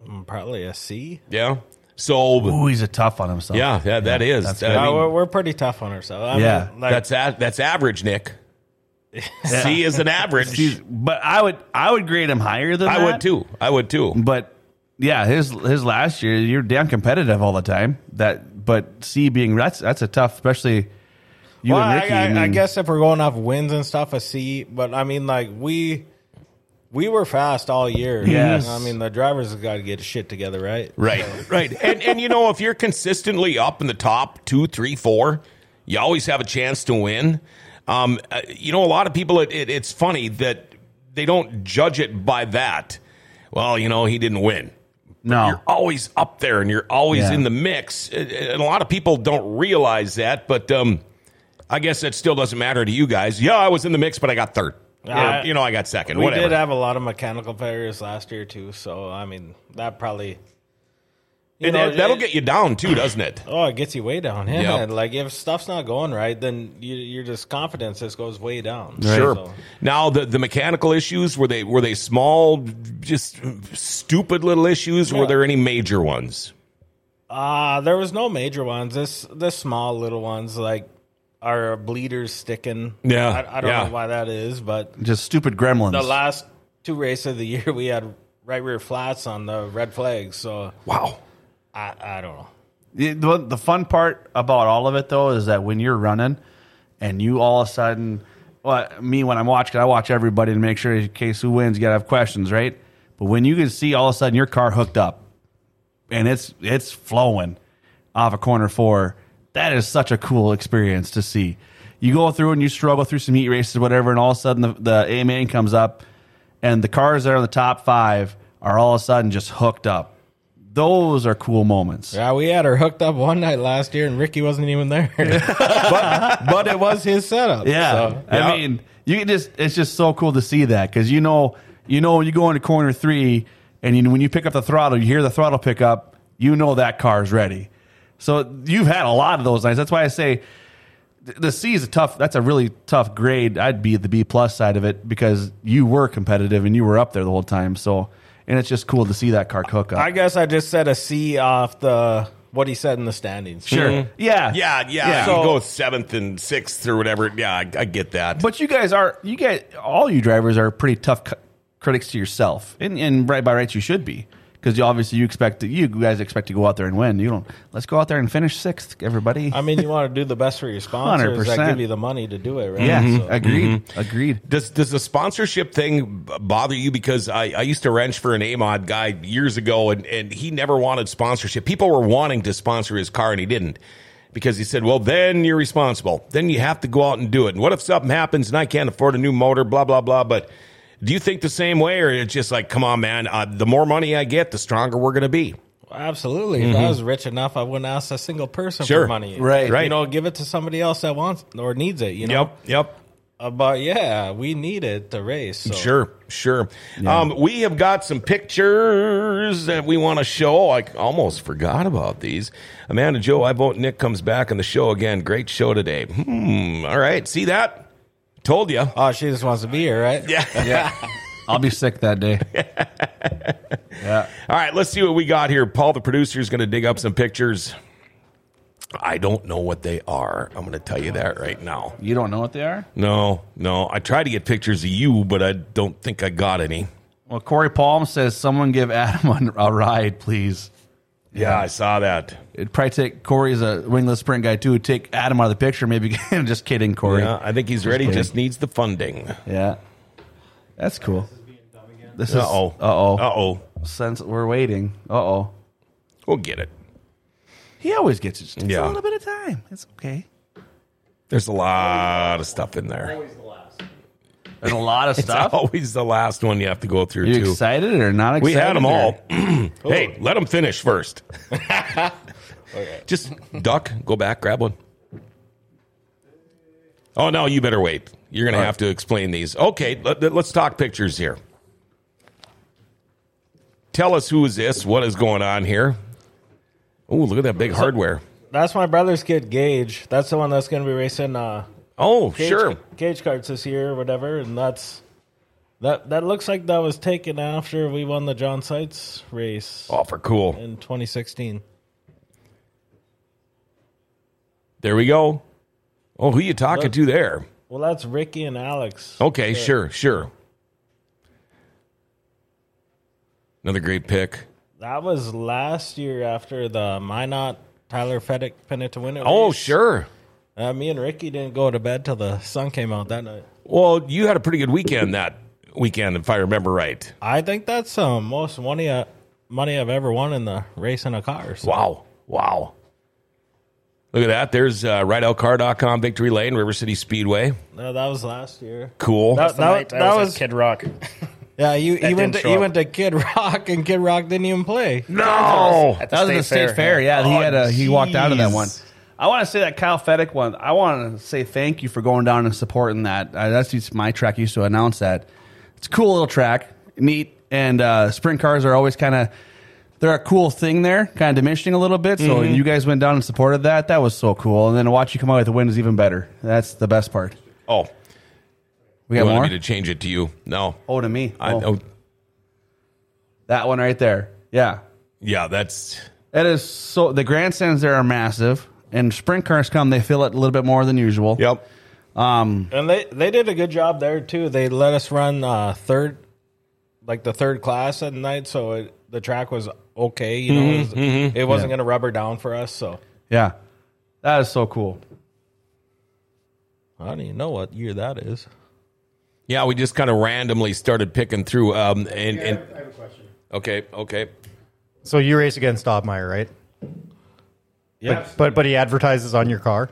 Speaker 4: mm, Probably a C.
Speaker 1: Yeah. So,
Speaker 2: Ooh, he's a tough on himself.
Speaker 1: yeah, yeah, that is.
Speaker 2: that's
Speaker 1: I
Speaker 2: good.
Speaker 4: Uh,
Speaker 1: mean,
Speaker 4: we're, we're pretty tough on ourselves. I
Speaker 2: Yeah.
Speaker 4: mean, like,
Speaker 1: that's, a, that's average, *laughs* Nick. C is an average.
Speaker 2: He's- but I would I would grade him higher than
Speaker 1: I
Speaker 2: that.
Speaker 1: would too. I would too.
Speaker 2: But yeah, his his last year, you're damn competitive all the time. That but C being that's that's a tough, especially you
Speaker 4: well,
Speaker 2: and
Speaker 4: I-
Speaker 2: Ricky.
Speaker 4: I, I,
Speaker 2: mean,
Speaker 4: guess if we're going off wins and stuff, a C. But I mean, like we we were fast all year.
Speaker 2: Yes.
Speaker 4: I mean, the drivers have got to get shit together, right?
Speaker 1: Right, *laughs* right. And, and you know, if you're consistently up in the top two, three, four, you always have a chance to win. Um, uh, you know, a lot of people, it, it, it's funny that they don't judge it by that. Well, you know, he didn't win.
Speaker 2: no.
Speaker 1: You're always up there and you're always
Speaker 2: Oh. Yeah.
Speaker 1: in the mix. And and a lot of people don't realize that, but um, I guess it still doesn't matter to you guys. Yeah, I was in the mix, but I got third.
Speaker 4: Yeah.
Speaker 1: Yeah, you know, I got second.
Speaker 4: We
Speaker 1: Whatever.
Speaker 4: did have a lot of mechanical failures last year too, so I mean that probably you
Speaker 1: and
Speaker 4: know,
Speaker 1: that- that'll
Speaker 4: it-
Speaker 1: get you down too, doesn't it?
Speaker 4: Oh, it gets you way down. Yeah,
Speaker 1: Yep.
Speaker 4: man. like if stuff's not going right, then you, your just confidence just goes way down.
Speaker 1: Sure.
Speaker 4: So,
Speaker 1: Now the the mechanical issues were they were they small, just stupid little issues? Were there any major ones?
Speaker 4: uh there was no major ones. This this small little ones like are bleeders sticking.
Speaker 1: Yeah,
Speaker 4: I, I don't
Speaker 1: yeah.
Speaker 4: know why that is, but
Speaker 2: just stupid gremlins.
Speaker 4: the last two races of the year we had right rear flats on the red flags. So
Speaker 1: Wow.
Speaker 4: I I don't know.
Speaker 2: It- the, the fun part about all of it though is that when you're running and you all of a sudden well me when i'm watching i watch everybody to make sure in case who wins you gotta have questions right but when you can see all of a sudden your car hooked up and it's it's flowing off a corner four that is such a cool experience to see you go through and you struggle through some heat races whatever and all of a sudden the, the a main comes up and the cars that are in the top five are all of a sudden just hooked up those are cool moments
Speaker 4: Yeah, we had her hooked up one night last year, and Ricky wasn't even there. *laughs* but, but it was his setup.
Speaker 2: Yeah,
Speaker 4: so.
Speaker 2: I
Speaker 1: Yeah.
Speaker 2: mean, you can just it's just so cool to see that because you know you know when you go into corner three and you, when you pick up the throttle, you hear the throttle pick up, you know that car's ready. So you've had a lot of those nights. That's why I say th- the C is a tough. That's a really tough grade. I'd be the B plus side of it because you were competitive and you were up there the whole time. So and it's just cool to see that car cook up.
Speaker 4: I guess I just said a C off the what he said in the standings.
Speaker 2: sure, yeah,
Speaker 1: Mm-hmm. Yeah, yeah.
Speaker 2: Yeah.
Speaker 1: You
Speaker 2: So-
Speaker 1: go seventh and sixth or whatever. Yeah, I, I get that.
Speaker 2: But you guys are you guys all you drivers are pretty tough cu- critics to yourself, and and right by rights you should be because you, obviously you expect to, you guys expect to go out there and win. You don't. Let's go out there and finish sixth, everybody.
Speaker 4: I mean, you want to do the best for your sponsors that
Speaker 2: 100%.
Speaker 4: give you the money to do it, right? Mm-hmm.
Speaker 2: yeah,
Speaker 4: So-
Speaker 2: agreed, agreed.
Speaker 1: Does does the sponsorship thing b- bother you? Because I, I used to wrench for an AMOD guy years ago, and, and he never wanted sponsorship. People were wanting to sponsor his car, and he didn't because he said, "Well, then you're responsible. Then you have to go out and do it. And what if something happens and I can't afford a new motor? Blah blah blah." But do you think the same way, or it's just like, come on, man? Uh, the more money I get, the stronger we're going to be.
Speaker 4: Absolutely. If I was rich enough, I wouldn't ask a single person
Speaker 1: Sure.
Speaker 4: for money.
Speaker 2: Right.
Speaker 1: Right.
Speaker 4: You know, give it to somebody else that wants or needs it, you know?
Speaker 1: yep.
Speaker 4: Uh, but yeah, we need it to race. So.
Speaker 1: Sure, sure. Um, we have got some pictures that we want to show. I almost forgot about these. Amanda Joe, I vote Nick comes back on the show again. Great show today. Hmm. All right. See that? Told *laughs* you.
Speaker 4: Oh, she just wants to be here, right? Yeah.
Speaker 2: I'll be sick that day. yeah,
Speaker 1: All right. Let's see what we got here. Paul, the producer, is going to dig up some pictures. I don't know what they are. I'm going to tell you that right now.
Speaker 2: you don't know what they are.
Speaker 1: No, no. I tried to get pictures of you, but I don't think I got any.
Speaker 2: Well, Corey Palm says someone give Adam a, a ride, please.
Speaker 1: Yeah, I saw that.
Speaker 2: It'd probably take Corey's a wingless sprint guy too. Take Adam out of the picture, maybe. *laughs* just kidding, Corey.
Speaker 1: Yeah, I think he's ready. Just needs the funding.
Speaker 2: Yeah. That's cool. This is
Speaker 1: Uh oh.
Speaker 2: Uh
Speaker 1: Uh
Speaker 2: oh.
Speaker 1: oh.
Speaker 2: Since we're waiting. Uh oh.
Speaker 1: We'll get it.
Speaker 2: He always gets it. Just takes
Speaker 1: Yeah.
Speaker 2: a little bit of time. It's okay.
Speaker 1: There's a lot of stuff in there.
Speaker 2: and a lot of stuff.
Speaker 1: Always the last one you have to go through,
Speaker 2: you
Speaker 1: too.
Speaker 2: excited Oh. or not excited?
Speaker 1: We had them
Speaker 2: or-
Speaker 1: all. *clears throat* hey, let them finish
Speaker 2: *laughs*
Speaker 1: first. *laughs* Just duck, go back, grab one. Oh, no, you better wait. You're going to have to explain these. Okay, let, us talk pictures here. Tell us who is this? What is going on here? Oh, look at that big hardware.
Speaker 4: That's my brother's kid, Gage. That's the one that's going to be racing uh,
Speaker 1: Oh,
Speaker 4: cage,
Speaker 1: sure.
Speaker 4: cage carts this year or whatever. And that's that. That looks like that was taken after we won the John Sites race
Speaker 1: Oh, for cool.
Speaker 4: in 2016.
Speaker 1: There we go. Oh, who you talking to there?
Speaker 4: Well, that's Ricky and Alex.
Speaker 1: Okay, sure, sure. Another great pick.
Speaker 4: That was last year after the Minot Tyler Fedick Pennant to win it.
Speaker 1: Oh,
Speaker 4: race.
Speaker 1: sure.
Speaker 4: Uh, me and Ricky didn't go to bed till the sun came out that night.
Speaker 1: Well, you had a pretty good weekend that weekend, if I remember right.
Speaker 4: I think that's the most money uh, money I've ever won in the race in a car. So
Speaker 1: Wow. Wow. Look at that. There's uh, rideoutcar.com, Victory Lane, River City Speedway.
Speaker 4: no, that was last year.
Speaker 1: Cool.
Speaker 4: That-
Speaker 3: The night I
Speaker 4: that
Speaker 3: was,
Speaker 4: was-
Speaker 3: at Kid Rock.
Speaker 4: Yeah, you, you
Speaker 3: didn't
Speaker 4: went to,
Speaker 3: show
Speaker 4: you
Speaker 3: up.
Speaker 4: went to Kid Rock and Kid Rock didn't even play.
Speaker 1: no.
Speaker 3: At
Speaker 2: That was at the state fair. Yeah, he had a he walked out of that
Speaker 1: Oh, jeez.
Speaker 2: one. I want to say that Kyle Fedick one. I want to say thank you for going down and supporting that. Uh, that's just my track. Used to announce that. It's a cool little track, neat, and uh, sprint cars are always kind of they're a cool thing there, kind of diminishing a little bit. So you guys went down and supported that. That was so cool. And then to watch you come out with the win is even better. That's the best part.
Speaker 1: Oh,
Speaker 2: We
Speaker 1: you
Speaker 2: got
Speaker 1: wanted
Speaker 2: more.
Speaker 1: me to change it to you. No.
Speaker 2: oh, to me.
Speaker 1: I,
Speaker 2: Oh,
Speaker 1: oh,
Speaker 2: that one right there. Yeah.
Speaker 1: yeah, that's.
Speaker 2: That is so. The grandstands there are massive, and sprint cars come. They fill it a little bit more than usual.
Speaker 1: Yep.
Speaker 2: Um,
Speaker 4: And they they did a good job there too. They let us run uh, third, like the third class at night, so it, the track was okay. You know, it, was, not going to rubber down for us. So
Speaker 2: yeah, that is so cool.
Speaker 4: I don't even know what year that is.
Speaker 1: Yeah, we just kind of randomly started picking through. Um, and, and
Speaker 5: have a question.
Speaker 1: Okay, okay.
Speaker 5: So you race against Dobmeyer, right?
Speaker 4: Yeah,
Speaker 5: But but he advertises on your car.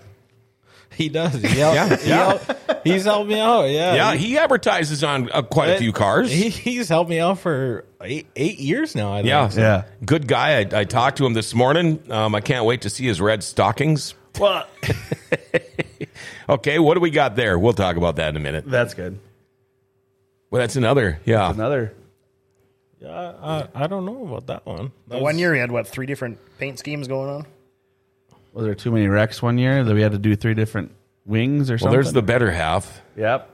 Speaker 4: he does. He helped,
Speaker 1: Yeah,
Speaker 4: he helped- he's helped me out. Yeah,
Speaker 1: Yeah, he advertises on uh, quite a few cars.
Speaker 4: Uh, He, he's helped me out for eight, eight years now. I think.
Speaker 1: Yeah,
Speaker 2: Yeah.
Speaker 1: Good guy. I, I talked to him this morning. Um, I can't wait to see his red stockings.
Speaker 2: Well,
Speaker 1: *laughs* Okay, what do we got there? We'll talk about that in a minute.
Speaker 2: that's good.
Speaker 1: Well, that's another. Yeah,
Speaker 2: Another.
Speaker 4: Yeah, I, I, I don't know about that one. That was-
Speaker 3: One year we had what three different paint schemes going on.
Speaker 2: Was there too many wrecks one year that we had to do three different wings or
Speaker 1: well,
Speaker 2: something?
Speaker 1: there's the better half.
Speaker 2: Yep.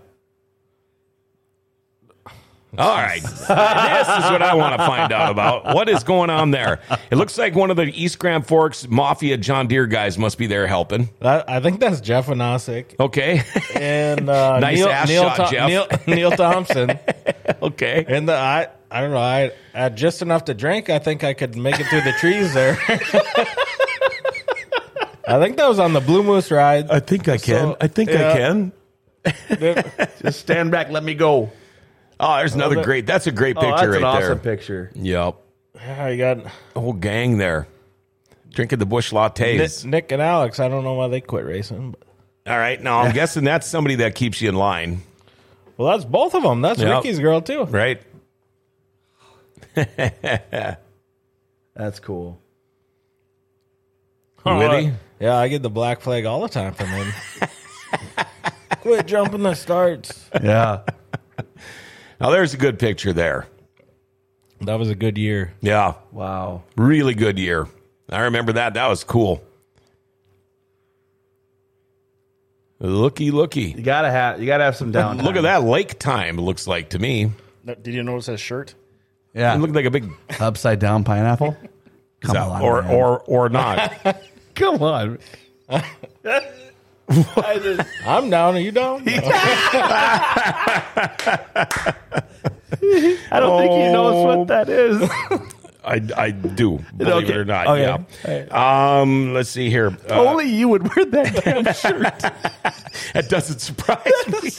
Speaker 1: All right, this is what I want to find out about. What is going on there? It looks like one of the East Grand Forks Mafia John Deere guys must be there helping.
Speaker 4: that, I think that's Jeff Anosic
Speaker 1: Okay, *laughs*
Speaker 4: and uh,
Speaker 1: Nice
Speaker 4: Neil,
Speaker 1: ass
Speaker 4: Neil,
Speaker 1: shot,
Speaker 4: Tho-
Speaker 1: Jeff.
Speaker 4: Neil,
Speaker 1: *laughs*
Speaker 4: Neil Thompson.
Speaker 1: okay.
Speaker 4: And the, I, I don't know. I, I had just enough to drink. I think I could make it through the trees there. *laughs* I think that was on the Blue Moose ride.
Speaker 1: think I
Speaker 4: can. I think I
Speaker 1: can.
Speaker 2: *laughs* Just stand back. Let me go.
Speaker 1: Oh, there's another great. That's a great picture
Speaker 2: oh, that's
Speaker 1: right
Speaker 2: an awesome
Speaker 1: there.
Speaker 2: picture.
Speaker 1: Yep,
Speaker 4: Yeah, you got
Speaker 1: whole gang there drinking the bush
Speaker 4: Nick,
Speaker 1: lattes.
Speaker 4: Nick and Alex. I don't know why they quit racing. But,
Speaker 1: All right, now
Speaker 2: *laughs*
Speaker 1: I'm guessing that's somebody that keeps you in line,
Speaker 4: well, that's both of them. That's
Speaker 1: Yep.
Speaker 4: Ricky's girl too.
Speaker 1: right?
Speaker 2: That's
Speaker 1: *laughs*
Speaker 2: cool.
Speaker 1: Willie?
Speaker 4: Yeah, I get the black flag all the time from
Speaker 1: *laughs*
Speaker 4: him. quit jumping the starts.
Speaker 2: Yeah.
Speaker 1: Now there's a good picture there.
Speaker 4: That was a good year.
Speaker 1: Yeah,
Speaker 2: wow.
Speaker 1: really good year. I remember that. That was cool. Looky, looky.
Speaker 2: You gotta have. You gotta have some downtime.
Speaker 1: Look at that lake time. Looks like to me.
Speaker 3: No- Did you notice his shirt?
Speaker 1: It
Speaker 2: Yeah.
Speaker 1: looked like a big
Speaker 2: Upside
Speaker 1: *laughs*
Speaker 2: down pineapple. Come on.
Speaker 1: or
Speaker 2: man.
Speaker 1: or or
Speaker 2: *laughs*
Speaker 1: not.
Speaker 2: come on.
Speaker 4: I'm down. Are you down?
Speaker 2: I don't think he knows what
Speaker 1: *laughs*
Speaker 2: that is.
Speaker 1: I I do believe it
Speaker 2: Okay.
Speaker 1: or not.
Speaker 2: Okay. Oh.
Speaker 1: Yeah. Um. Let's see here. Uh,
Speaker 2: Only you would wear that damn shirt.
Speaker 1: *laughs* that doesn't
Speaker 2: *laughs*
Speaker 1: surprise me.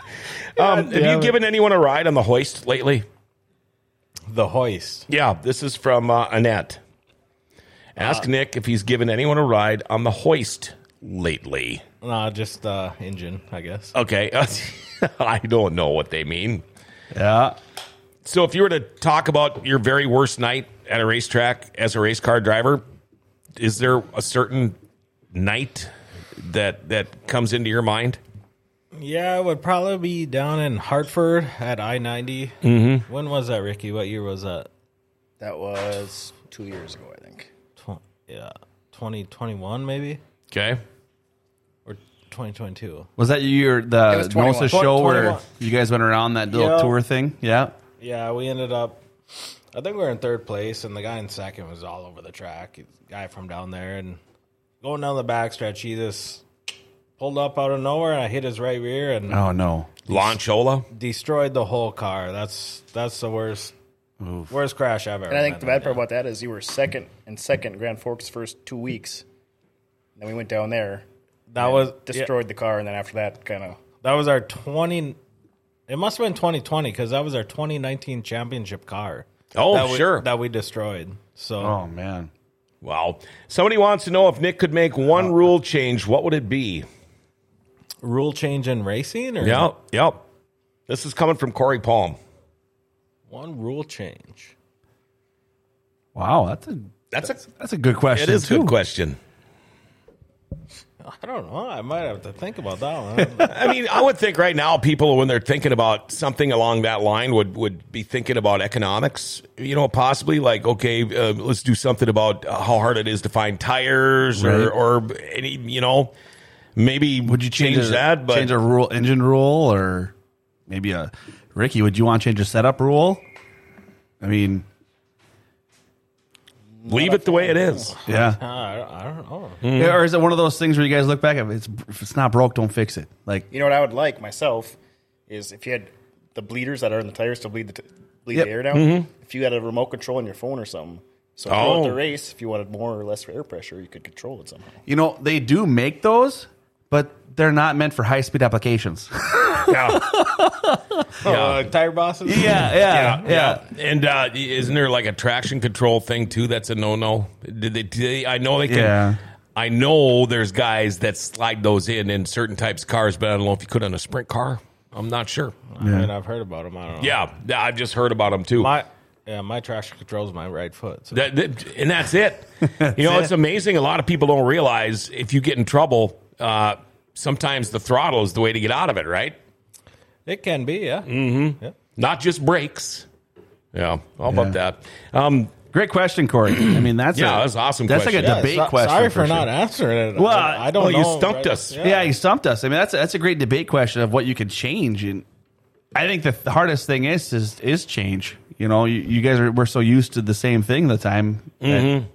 Speaker 1: *laughs* um. Have you
Speaker 2: damn it.
Speaker 1: given anyone a ride on the hoist lately?
Speaker 4: the hoist.
Speaker 1: Yeah, this is from uh, Annette. Uh. Ask Nick if he's given anyone a ride on the hoist lately.
Speaker 4: No, just uh, engine, I guess.
Speaker 1: Okay. *laughs* I don't know what they mean.
Speaker 2: *laughs* Yeah.
Speaker 1: So if you were to talk about your very worst night at a racetrack as a race car driver, is there a certain night that that comes into your mind?
Speaker 4: Yeah, it would probably be down in Hartford at I 90. Mm-hmm. When was that, Ricky? What year was that?
Speaker 3: That was two years ago, I think.
Speaker 4: Tw- yeah, 2021 maybe?
Speaker 1: Okay.
Speaker 4: Or 2022?
Speaker 2: Was that your the
Speaker 3: was 21.
Speaker 2: Nosa show where
Speaker 4: 21.
Speaker 2: you guys went around that little
Speaker 4: Yeah.
Speaker 2: tour thing? Yeah.
Speaker 4: Yeah, we ended up. I think we were in third place, and the guy in second was all over the track. He's a Guy from down there, and going down the backstretch, he just pulled up out of nowhere, and I hit his right rear and
Speaker 2: Oh no.
Speaker 1: Lanchola.
Speaker 4: destroyed the whole car. That's that's the worst, worst crash I've ever.
Speaker 3: And I think the
Speaker 4: been in.
Speaker 3: bad part about that is you were second and second Grand Forks first two weeks. Then we went down there,
Speaker 4: that was yeah,
Speaker 3: destroyed the car, and then after that, kind of
Speaker 4: that was our twenty. It must have been 2020 because that was our 2019 championship car.
Speaker 1: Oh,
Speaker 4: that we,
Speaker 1: sure.
Speaker 4: that we destroyed. So
Speaker 2: Oh man.
Speaker 1: Wow. Somebody wants to know if Nick could make one rule change, what would it be?
Speaker 4: rule change in racing, or
Speaker 1: Yep. Yep. This is coming from Corey Palm.
Speaker 4: one rule change.
Speaker 2: Wow, that's a
Speaker 1: That's a
Speaker 2: that's a good question.
Speaker 1: it is a
Speaker 2: too.
Speaker 1: good question.
Speaker 4: I don't know. I might have to think about that
Speaker 1: *laughs*
Speaker 4: one.
Speaker 1: I mean, I would think right now people when they're thinking about something along that line would would be thinking about economics, you know, possibly like okay, uh, let's do something about how hard it is to find tires or
Speaker 2: Right.
Speaker 1: or any, you know, maybe
Speaker 2: Would you change, a,
Speaker 1: that? But
Speaker 2: change a rule engine rule or maybe a Ricky? Would you want to change a setup rule? I mean,
Speaker 1: leave it the way it is.
Speaker 2: yeah.
Speaker 4: I, I don't know.
Speaker 1: Mm-hmm.
Speaker 2: Yeah, Or is it one of those things where you guys look back at it's if it's not broke, don't fix it. Like
Speaker 3: You know what I would like myself is if you had the bleeders that are in the tires to bleed the t- bleed
Speaker 2: Yep.
Speaker 3: the air down. If you had a remote control on your phone or something, so
Speaker 1: Mm-hmm. Oh.
Speaker 3: throughout the race, if you wanted more or less air pressure, you could control it somehow.
Speaker 2: you know, they do make those, but they're not meant for high speed applications.
Speaker 1: Yeah.
Speaker 4: Uh, tire bosses.
Speaker 2: *laughs* yeah,
Speaker 1: yeah, And uh, isn't there like a traction control thing too? That's a no no. Did they, did they? I know they can.
Speaker 2: Yeah.
Speaker 1: I know there's guys that slide those in in certain types of cars, but I don't know if you could on a sprint car. I'm not sure.
Speaker 4: I mean, I've heard about them. I don't know.
Speaker 1: Yeah, th- I've just heard about them too.
Speaker 4: My yeah, my traction controls my right foot. So.
Speaker 1: That- that- and that's it. you know, it's amazing. A lot of people don't realize if you get in trouble, uh, sometimes the throttle is the way to get out of it. Right?
Speaker 4: it can be. Yeah.
Speaker 1: Not just brakes. Yeah, all about
Speaker 2: Yeah.
Speaker 1: that. Um,
Speaker 2: Great question, Corey. I mean, that's
Speaker 1: *clears throat* Yeah,
Speaker 2: a,
Speaker 1: that's an awesome
Speaker 2: That's
Speaker 1: question.
Speaker 2: like a
Speaker 1: Yeah,
Speaker 2: debate
Speaker 4: So-
Speaker 2: question.
Speaker 4: Sorry
Speaker 2: sure.
Speaker 4: for, not answering it.
Speaker 2: Well,
Speaker 4: I, I don't.
Speaker 1: well, oh, you
Speaker 4: know,
Speaker 1: stumped us.
Speaker 4: Yeah.
Speaker 2: Yeah, you stumped us. I mean, that's that's a great debate question of what you can change, and I think the th- hardest thing is is is change. You know, you, you guys are we're so used to the same thing the time. that-
Speaker 1: Mm-hmm.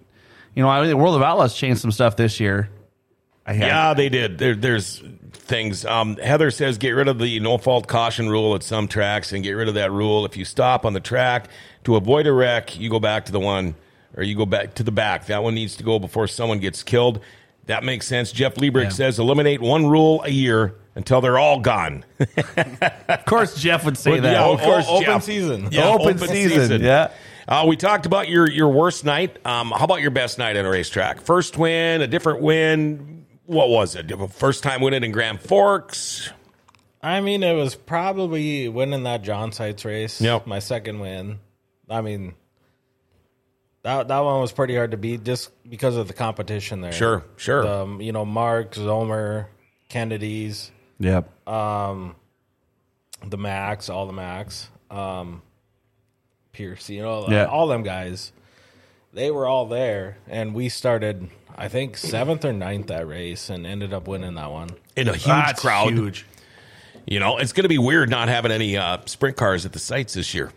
Speaker 2: you know, I think World of Outlaws changed some stuff this year. I had-
Speaker 1: Yeah, they did. There, there's things. Um, Heather says get rid of the no fault caution rule at some tracks and get rid of that rule. If you stop on the track to avoid a wreck, you go back to the one or you go back to the back. That one needs to go before someone gets killed. That makes sense. Jeff Liebrick says eliminate one rule a year until they're all gone.
Speaker 2: of course Jeff would say that.
Speaker 1: yeah, *laughs*
Speaker 4: Of course,
Speaker 1: Oh,
Speaker 4: open
Speaker 1: yeah.
Speaker 4: season.
Speaker 1: Yeah,
Speaker 2: open, season. Yeah,
Speaker 1: Uh, we talked about your your worst night. Um, how about your best night at a racetrack? First win, a different win. What was it? First time winning in Grand Forks.
Speaker 4: I mean, it was probably winning that John Sites race.
Speaker 1: Yep.
Speaker 4: My second win. I mean, that that one was pretty hard to beat just because of the competition there.
Speaker 1: Sure, sure.
Speaker 4: Um, you know, Mark, Zomer, Kennedy's.
Speaker 2: yep.
Speaker 4: the Max, all the Max, um, Pierce, you know,
Speaker 2: Yeah.
Speaker 4: all them guys. They were all there, and we started, I think, seventh or ninth that race, and ended up winning that one.
Speaker 1: in a huge
Speaker 2: That's
Speaker 1: crowd.
Speaker 2: Huge.
Speaker 1: You know, it's going to be weird not having any uh, sprint cars at the sites this year.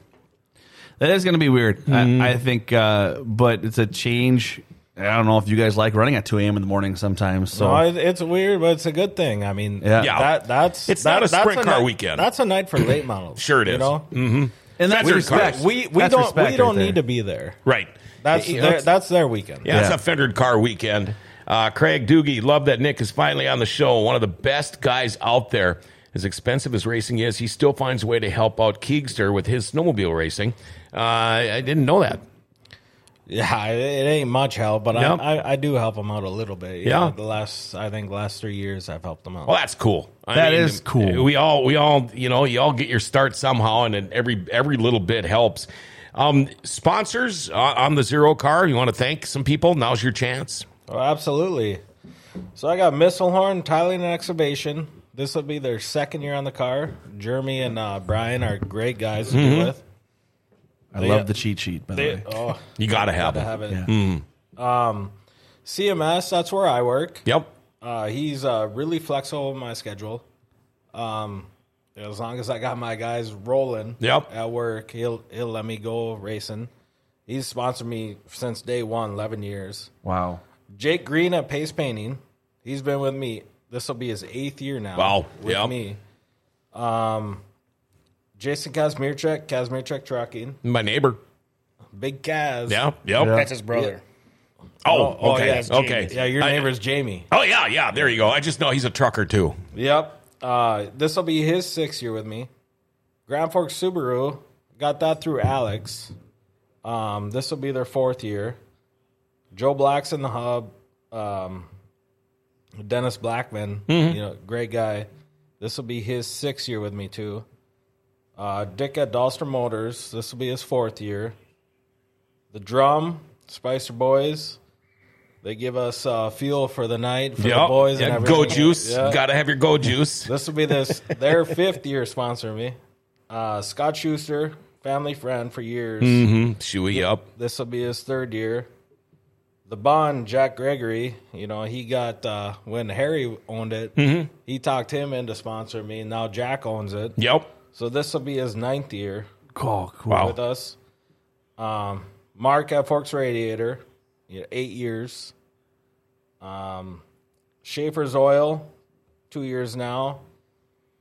Speaker 2: That is going to be weird.
Speaker 1: Mm-hmm.
Speaker 2: I, I think, uh, but it's a change. I don't know if you guys like running at 2 a.m. in the morning sometimes. So
Speaker 4: So it it's weird, but it's a good thing. I mean,
Speaker 2: Yeah.
Speaker 1: Yeah.
Speaker 4: that that's
Speaker 1: It's
Speaker 4: that-
Speaker 1: not a
Speaker 4: that's
Speaker 1: sprint car
Speaker 4: night-
Speaker 1: weekend.
Speaker 4: That's a
Speaker 1: *clears throat*
Speaker 4: night for late models.
Speaker 1: Sure it
Speaker 4: You
Speaker 1: is. Mm.
Speaker 4: know,
Speaker 2: and that's,
Speaker 1: That's your
Speaker 2: respect.
Speaker 1: cars.
Speaker 4: we we
Speaker 2: That's
Speaker 4: don't
Speaker 2: respect
Speaker 4: we don't
Speaker 2: right
Speaker 4: need to
Speaker 2: there.
Speaker 4: be there.
Speaker 1: Right.
Speaker 4: That's their, that's their weekend.
Speaker 1: Yeah,
Speaker 2: Yeah.
Speaker 1: it's a fendered car weekend. Uh, Craig Doogie, love that Nick is finally on the show. One of the best guys out there. As expensive as racing is, he still finds a way to help out Keegster with his snowmobile racing. Uh, I didn't know that.
Speaker 4: *laughs* Yeah, it, it ain't much help, but
Speaker 1: Nope.
Speaker 4: I, I I do help them out a little bit.
Speaker 1: Yeah.
Speaker 4: the last I think last three years I've helped them out.
Speaker 1: Well, that's cool. I
Speaker 2: That is cool.
Speaker 1: We all, we all, you know, you all get your start somehow, and then every every little bit helps. Um, sponsors uh, on the Zero Car, you want to thank some people? Now's your chance.
Speaker 4: Oh, absolutely. So I got Misselhorn Tiling and Excavation. This will be their second year on the car. Jeremy and uh, Brian are great guys to
Speaker 1: Mm-hmm.
Speaker 4: do with.
Speaker 2: I love the cheat sheet, by the way.
Speaker 4: They- oh,
Speaker 1: You got to have
Speaker 4: to
Speaker 1: them.
Speaker 4: have it.
Speaker 1: Mm-hmm.
Speaker 4: Um, CMS, that's where I work.
Speaker 1: Yep.
Speaker 4: Uh, he's uh, really flexible with my schedule. Um, as long as I got my guys rolling
Speaker 1: Yep.
Speaker 4: at work, he'll he'll let me go racing. He's sponsored me since day one, 11 years.
Speaker 2: Wow.
Speaker 4: Jake Green at Pace Painting. He's been with me. This will be his eighth year now.
Speaker 1: Wow.
Speaker 4: With
Speaker 1: Yeah.
Speaker 4: me. Um, Jason Kazmirchek, Kazmirchek Trucking.
Speaker 1: My neighbor.
Speaker 4: Big Kaz.
Speaker 1: Yeah. Yep.
Speaker 2: Yeah.
Speaker 3: That's his brother.
Speaker 1: Oh,
Speaker 4: oh,
Speaker 1: okay.
Speaker 4: yeah, it's Jamie.
Speaker 1: okay.
Speaker 4: Yeah, your
Speaker 1: I-
Speaker 4: neighbor's Jamie.
Speaker 1: oh, yeah. Yeah. There you go. I just know he's a trucker too.
Speaker 4: Yep. Uh, this will be his sixth year with me. Grand Forks Subaru. Got that through Alex. Um, this will be their fourth year. Joe Black's in the hub. Um, Dennis Blackman,
Speaker 1: Mm-hmm.
Speaker 4: you know, great guy. This will be his sixth year with me too. Uh, Dick at Dolster Motors. This will be his fourth year. The drum, Spicer Boys. They give us uh, fuel for the night for the
Speaker 1: Yep.
Speaker 4: boys
Speaker 1: Yeah,
Speaker 4: and everything.
Speaker 1: go juice.
Speaker 4: Yeah.
Speaker 1: Got to have your go juice. *laughs*
Speaker 4: This will be this their fifth year sponsoring me. Uh, Scott Schuster, family friend for years.
Speaker 1: Mm-hmm. Shoey. Yep.
Speaker 4: This will be his third year. The Bond, Jack Gregory, you know, he got uh, when Harry owned it,
Speaker 1: Mm-hmm.
Speaker 4: he talked him into sponsoring me. and Now Jack owns it.
Speaker 1: Yep.
Speaker 4: So this will be his ninth year
Speaker 2: Cool. cool.
Speaker 4: with us. Um, Mark at Forks Radiator, you know, eight years. Um, Schaefer's Oil, two years now.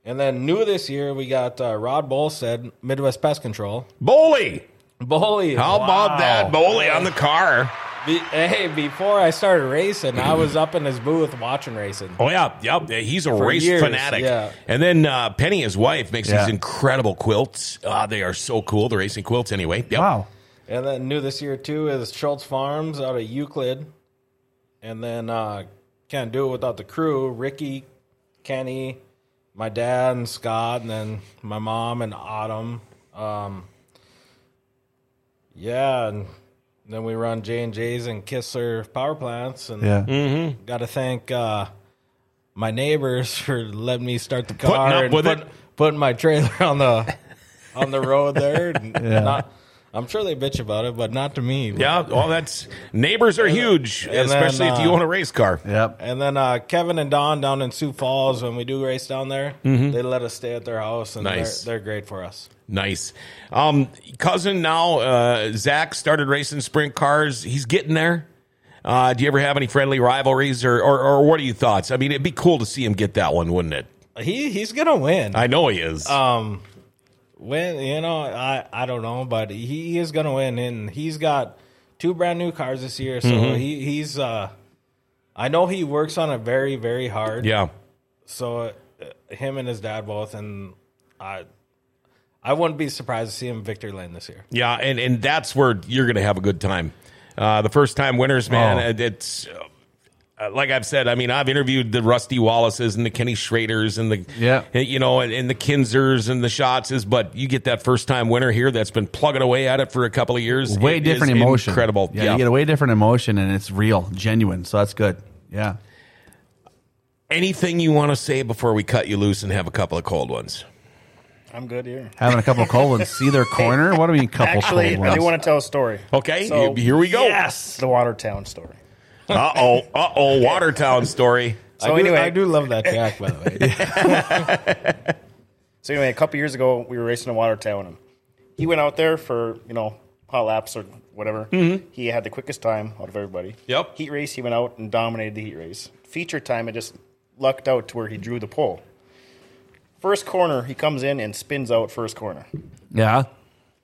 Speaker 4: And then new this year, we got uh, Rod Bolstead, Midwest Pest Control.
Speaker 1: Bowley.
Speaker 4: Bully.
Speaker 1: How about that? Bowley on the car.
Speaker 4: Be- hey, before I started racing, I was up in his booth watching racing.
Speaker 1: Oh yeah, yep. He's a race
Speaker 4: years,
Speaker 1: fanatic.
Speaker 4: yeah.
Speaker 1: And then uh, Penny, his wife, makes
Speaker 2: Yeah.
Speaker 1: these incredible quilts. Uh, they are so cool. The racing quilts, anyway. Yep.
Speaker 2: Wow.
Speaker 4: And then new this year, too, is Schultz Farms out of Euclid. And then uh, can't do it without the crew Ricky, Kenny, my dad, and Scott, and then my mom and Autumn. Um, yeah, and then we run J&J's and Kissler power plants. And
Speaker 2: Yeah.
Speaker 1: Mm-hmm.
Speaker 4: got to thank uh, my neighbors *laughs* for letting me start the car
Speaker 1: up
Speaker 4: and
Speaker 1: with
Speaker 4: put-
Speaker 1: it.
Speaker 4: putting my trailer
Speaker 1: *laughs*
Speaker 4: on the on the road there. and
Speaker 2: Yeah.
Speaker 4: not- I'm sure they bitch about it, but not to me.
Speaker 1: Yeah. Well, that's neighbors are huge,
Speaker 4: and then,
Speaker 1: especially if
Speaker 4: uh,
Speaker 1: you own a race car.
Speaker 2: Yep.
Speaker 4: And then uh, Kevin and Don down in Sioux Falls, when we do race down there, they let us stay at their house, and
Speaker 1: Mm-hmm. Nice.
Speaker 4: they're, they're great for us.
Speaker 1: Nice. Um, cousin now, uh, Zach started racing sprint cars. He's getting there. Uh, do you ever have any friendly rivalries, or, or or what are your thoughts? I mean, it'd be cool to see him get that one, wouldn't it?
Speaker 4: He he's gonna win.
Speaker 1: I know he is.
Speaker 4: um when you know i i don't know but he is gonna win and he's got two brand new cars this year so he he's uh i know he works on it very very hard
Speaker 1: yeah.
Speaker 4: so uh, him and his dad both and i i wouldn't be surprised to see him victory lane this year
Speaker 1: Yeah, and and that's where you're going to have a good time. Uh, the first time winners, man.
Speaker 2: Oh.
Speaker 1: it- It's uh, like I've said. I mean, I've interviewed the Rusty Wallaces and the Kenny Schraders and the
Speaker 2: Yeah.
Speaker 1: you know, and, and the Kinzers and the Schatzes. But you get that first time winner here that's been plugging away at it for a couple of years.
Speaker 2: Way
Speaker 1: It
Speaker 2: different
Speaker 1: is
Speaker 2: emotion.
Speaker 1: Incredible.
Speaker 2: Yeah, You get a way different emotion, and it's real, genuine. So that's good. Yeah.
Speaker 1: Anything you want to say before we cut you loose and have a couple of cold *laughs* ones?
Speaker 3: I'm good here.
Speaker 2: Having a couple of cold ones. *laughs* See their corner. What do you mean, couple
Speaker 3: Actually,
Speaker 2: cold ones?
Speaker 3: I do want to tell a story.
Speaker 1: Okay,
Speaker 3: So-
Speaker 1: here we go.
Speaker 3: Yes, the Watertown story.
Speaker 1: Uh oh. Uh oh. Watertown *laughs* story.
Speaker 3: So
Speaker 4: I, do,
Speaker 3: anyway,
Speaker 4: I do love that track by the way
Speaker 3: So anyway, a couple years ago, we were racing in Watertown, and he went out there for you know hot laps or whatever. He had the quickest time out of everybody.
Speaker 1: Yep.
Speaker 3: Heat race, he went out and dominated the heat race. Feature time, it just lucked out to where he drew the pole. First corner, he comes in and spins out first corner,
Speaker 2: yeah.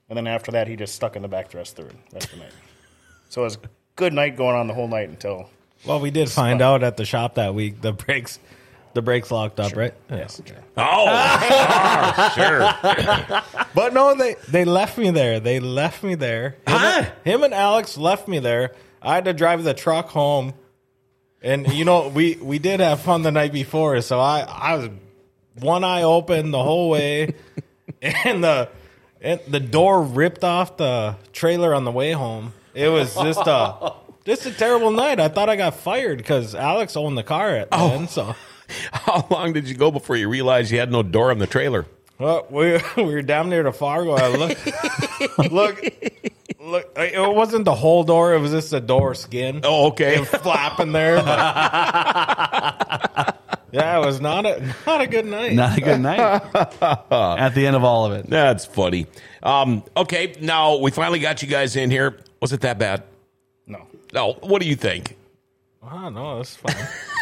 Speaker 3: and then after that, he just stuck in the back dress third rest of the night. So it was a good night going on the whole night until
Speaker 4: well we did find out at the shop that week the brakes The brake's locked up, right? Yes.
Speaker 1: Oh, sure.
Speaker 4: But no, they they left me there. They left me there. Him,
Speaker 1: Huh?
Speaker 4: him and Alex left me there. I had to drive the truck home. And you know, we we did have fun the night before, so I I was one eye open the whole way *laughs* and the and the door ripped off the trailer on the way home. It was just a just a terrible night. I thought I got fired cuz Alex owned the car at then, so
Speaker 1: How long did you go before you realized you had no door on the trailer?
Speaker 4: Well, we *laughs* we were down near to Fargo. I look, look, look. It wasn't the whole door; it was just the door skin *laughs*
Speaker 1: Oh, okay. *laughs*
Speaker 4: flapping there. but- yeah, it was not a not a good night.
Speaker 2: Not a good *laughs* night. At the end of all of it.
Speaker 1: That's funny. Um, okay, now we finally got you guys in here. Was it that bad?
Speaker 3: *laughs* No.
Speaker 1: No. What do you think?
Speaker 4: Oh, no, it's fine.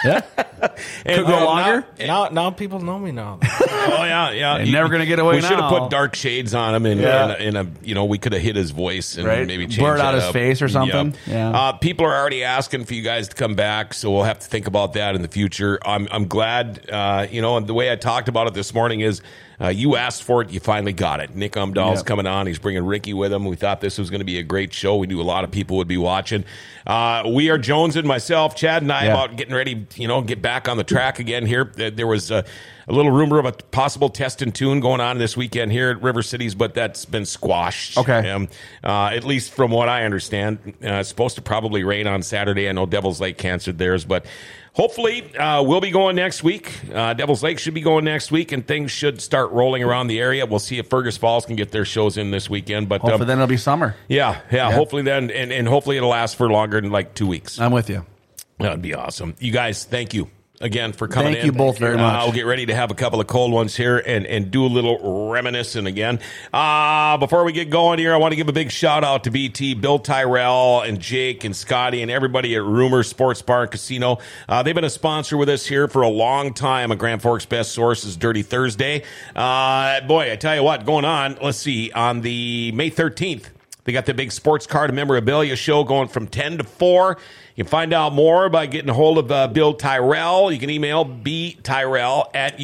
Speaker 2: Yeah. um,
Speaker 1: And,
Speaker 2: go
Speaker 1: uh,
Speaker 2: longer?
Speaker 4: now, now people know me now.
Speaker 1: Oh yeah, yeah.
Speaker 2: They're never gonna get away
Speaker 1: We should have
Speaker 2: now.
Speaker 1: put dark shades on him, and
Speaker 2: Yeah.
Speaker 1: in, a, you know we could have hit his voice and
Speaker 2: Right.
Speaker 1: maybe changed
Speaker 2: Blurred out
Speaker 1: that
Speaker 2: his
Speaker 1: up.
Speaker 2: face or something.
Speaker 1: Yep.
Speaker 2: Yeah.
Speaker 1: Uh, people are already asking for you guys to come back, so we'll have to think about that in the future. I'm I'm glad uh, you know, and the way I talked about it this morning is. Uh, you asked for it, you finally got it. Nick Umdahl's
Speaker 2: Yep.
Speaker 1: coming on. He's bringing Ricky with him. We thought this was going to be a great show. We knew a lot of people would be watching. Uh, we are Jones and myself, Chad and I,
Speaker 2: Yeah.
Speaker 1: about getting ready, you know, get back on the track again here. There there was a, a little rumor of a possible test and tune going on this weekend here at River Cities, but that's been squashed.
Speaker 2: Okay.
Speaker 1: Um, uh, at least from what I understand, uh, it's supposed to probably rain on Saturday. I know Devil's Lake canceled theirs, but hopefully uh, we'll be going next week. Uh, Devil's Lake should be going next week, and things should start rolling around the area. We'll see if Fergus Falls can get their shows in this weekend, but um,
Speaker 2: Hopefully then it'll be summer.
Speaker 1: yeah, yeah, hopefully then, and, and hopefully it'll last for longer than like two weeks.
Speaker 2: I'm with you.
Speaker 1: That would be awesome. You guys, thank you again for coming
Speaker 2: Thank
Speaker 1: in.
Speaker 2: you both very much.
Speaker 1: Uh, we'll get ready to have a couple of cold ones here and, and do a little reminiscing again. Uh, before we get going here, I want to give a big shout out to BT, Bill Tyrell, and Jake, and Scotty, and everybody at Rumor Sports Bar and Casino. Uh, they've been a sponsor with us here for a long time. A Grand Forks Best Source is Dirty Thursday. Uh, boy, I tell you what, going on, let's see, on the May 13th. They got the big sports card and memorabilia show going from 10 to 4. You can find out more by getting a hold of uh, Bill Tyrell. You can email btyrell at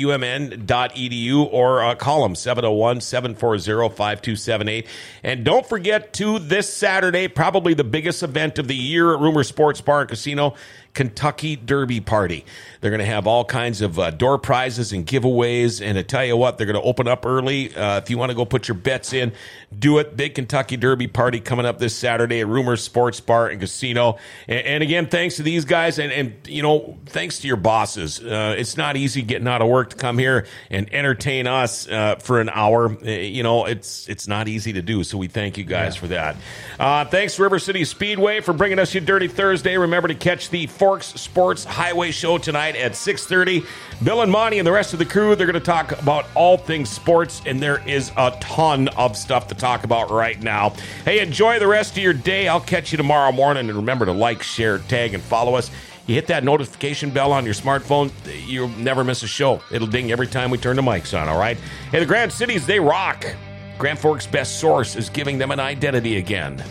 Speaker 1: umn.edu or uh, call him 701 740 5278. And don't forget to this Saturday, probably the biggest event of the year at Rumor Sports Bar and Casino. Kentucky Derby Party. They're going to have all kinds of uh, door prizes and giveaways. And I tell you what, they're going to open up early. Uh, if you want to go put your bets in, do it. Big Kentucky Derby Party coming up this Saturday at Rumors Sports Bar and Casino. And, and again, thanks to these guys, and, and you know, thanks to your bosses. Uh, it's not easy getting out of work to come here and entertain us uh, for an hour. Uh, You know, it's it's not easy to do. So we thank you guys for that. Uh, thanks River City Speedway for bringing us your Dirty Thursday. Remember to catch the Forks Sports Highway Show tonight at six thirty. Bill and Monty and the rest of the crew they're going to talk about all things sports, and there is a ton of stuff to talk about right now. Hey, enjoy the rest of your day. I'll catch you tomorrow morning, and remember to like, share, tag, and follow us. You hit that notification bell on your smartphone, you'll never miss a show. It'll ding every time we turn the mics on, all right? Hey, the Grand Cities, they rock. Grand Forks' best source is giving them an identity again.